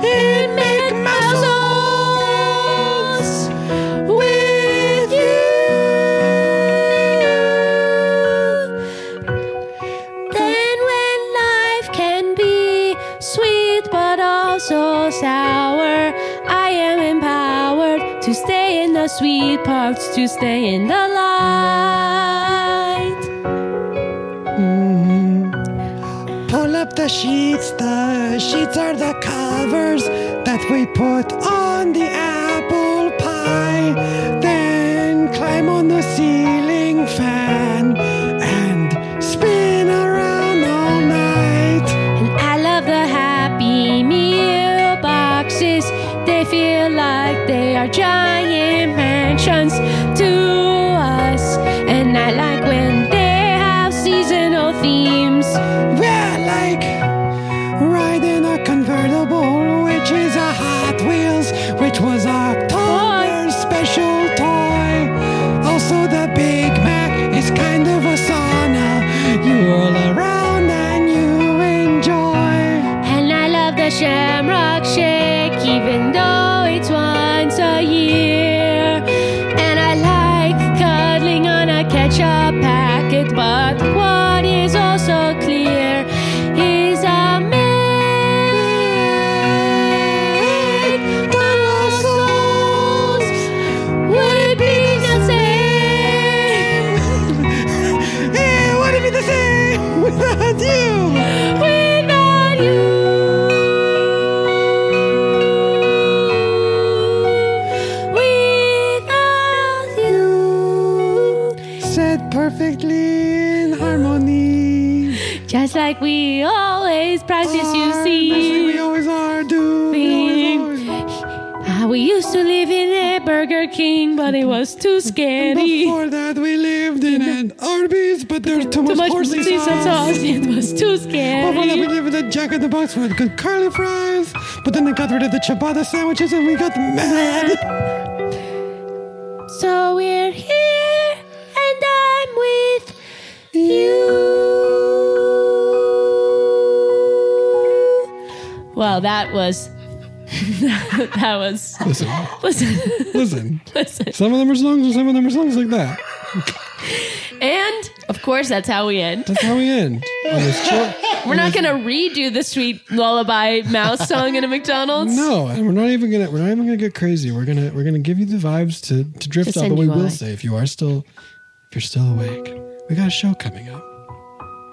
[SPEAKER 2] In McMouse. With you. Then when life can be sweet but also sour, I am empowered to stay in the sweet parts, to stay in the light.
[SPEAKER 4] Pull up the sheets, the sheets are the covers that we put on the apple pie. Then climb on the ceiling fan and spin around all night.
[SPEAKER 2] And I love the happy meal boxes. They feel like they are giant mansions to us. And I like when they have seasonal themes.
[SPEAKER 4] We're like riding a convertible, which is a Hot Wheels, which was October's special toy. Also, the Big Mac is kind of a sauna. You roll around and you enjoy.
[SPEAKER 2] And I love the shamrock
[SPEAKER 14] always practice, you see. we always are, dude. Ah, we used to live in a Burger King, but it was too scary. Before that, we lived in an Arby's, but there's
[SPEAKER 15] too much parsley sauce.
[SPEAKER 14] It was too scary.
[SPEAKER 15] Well, well, we live with a Jack in the Box with good curly fries, but then they got rid of the ciabatta sandwiches and we got mad.
[SPEAKER 14] So we're here, and I'm with you. Well, that was. that was.
[SPEAKER 4] Listen.
[SPEAKER 14] Listen.
[SPEAKER 4] Listen. Some of them are songs and some of them are songs like that.
[SPEAKER 2] And of course, that's how we end. That's
[SPEAKER 4] how we end. On this short-
[SPEAKER 2] We're not going to redo the sweet lullaby mouse song in a McDonald's.
[SPEAKER 4] No, and we're not even gonna we're not even gonna get crazy. We're gonna we're gonna give you the vibes to, to drift
[SPEAKER 2] To
[SPEAKER 4] off,
[SPEAKER 2] send
[SPEAKER 4] but we
[SPEAKER 2] you
[SPEAKER 4] will
[SPEAKER 2] away.
[SPEAKER 4] say if you are still if you're still awake, we got a show coming up.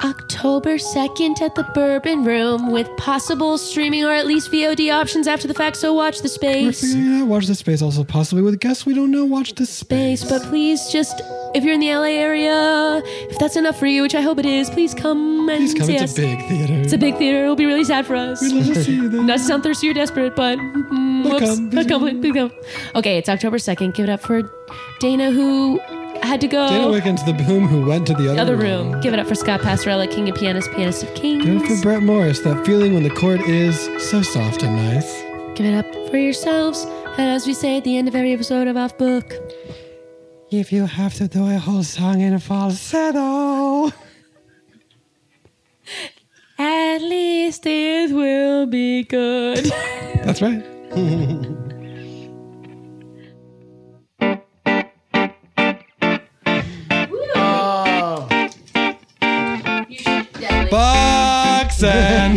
[SPEAKER 2] October 2nd at the Bourbon Room with possible streaming or at least VOD options after the fact, so watch the
[SPEAKER 4] We're
[SPEAKER 2] space.
[SPEAKER 4] figuring out watch this space also possibly with guests we don't know watch this space.
[SPEAKER 2] But please just, if you're in the LA area, if that's enough for you, which I hope it is, please come and
[SPEAKER 4] Please come
[SPEAKER 2] see
[SPEAKER 4] it's
[SPEAKER 2] us.
[SPEAKER 4] a big theater.
[SPEAKER 2] It's a big theater. It'll be really sad for us.
[SPEAKER 4] We'd love to see you there.
[SPEAKER 2] Not to sound thirsty or desperate, but mm,
[SPEAKER 4] But
[SPEAKER 2] whoops.
[SPEAKER 4] come,
[SPEAKER 2] But come, please, please come. Okay, it's October 2nd. Give it up for Dana, who had to go.
[SPEAKER 4] Dana Wick to the boom who went to the
[SPEAKER 2] the
[SPEAKER 4] other,
[SPEAKER 2] other room. Give it up for Scott Passarella, King of Pianists, Pianist of Kings.
[SPEAKER 4] Good for Brett Morris, that feeling when the chord is so soft and nice.
[SPEAKER 2] Give it up for yourselves. And as we say at the end of every episode of Off Book,
[SPEAKER 15] If you have to do a whole song in a falsetto.
[SPEAKER 2] at least it will be good.
[SPEAKER 4] That's right. Boxing.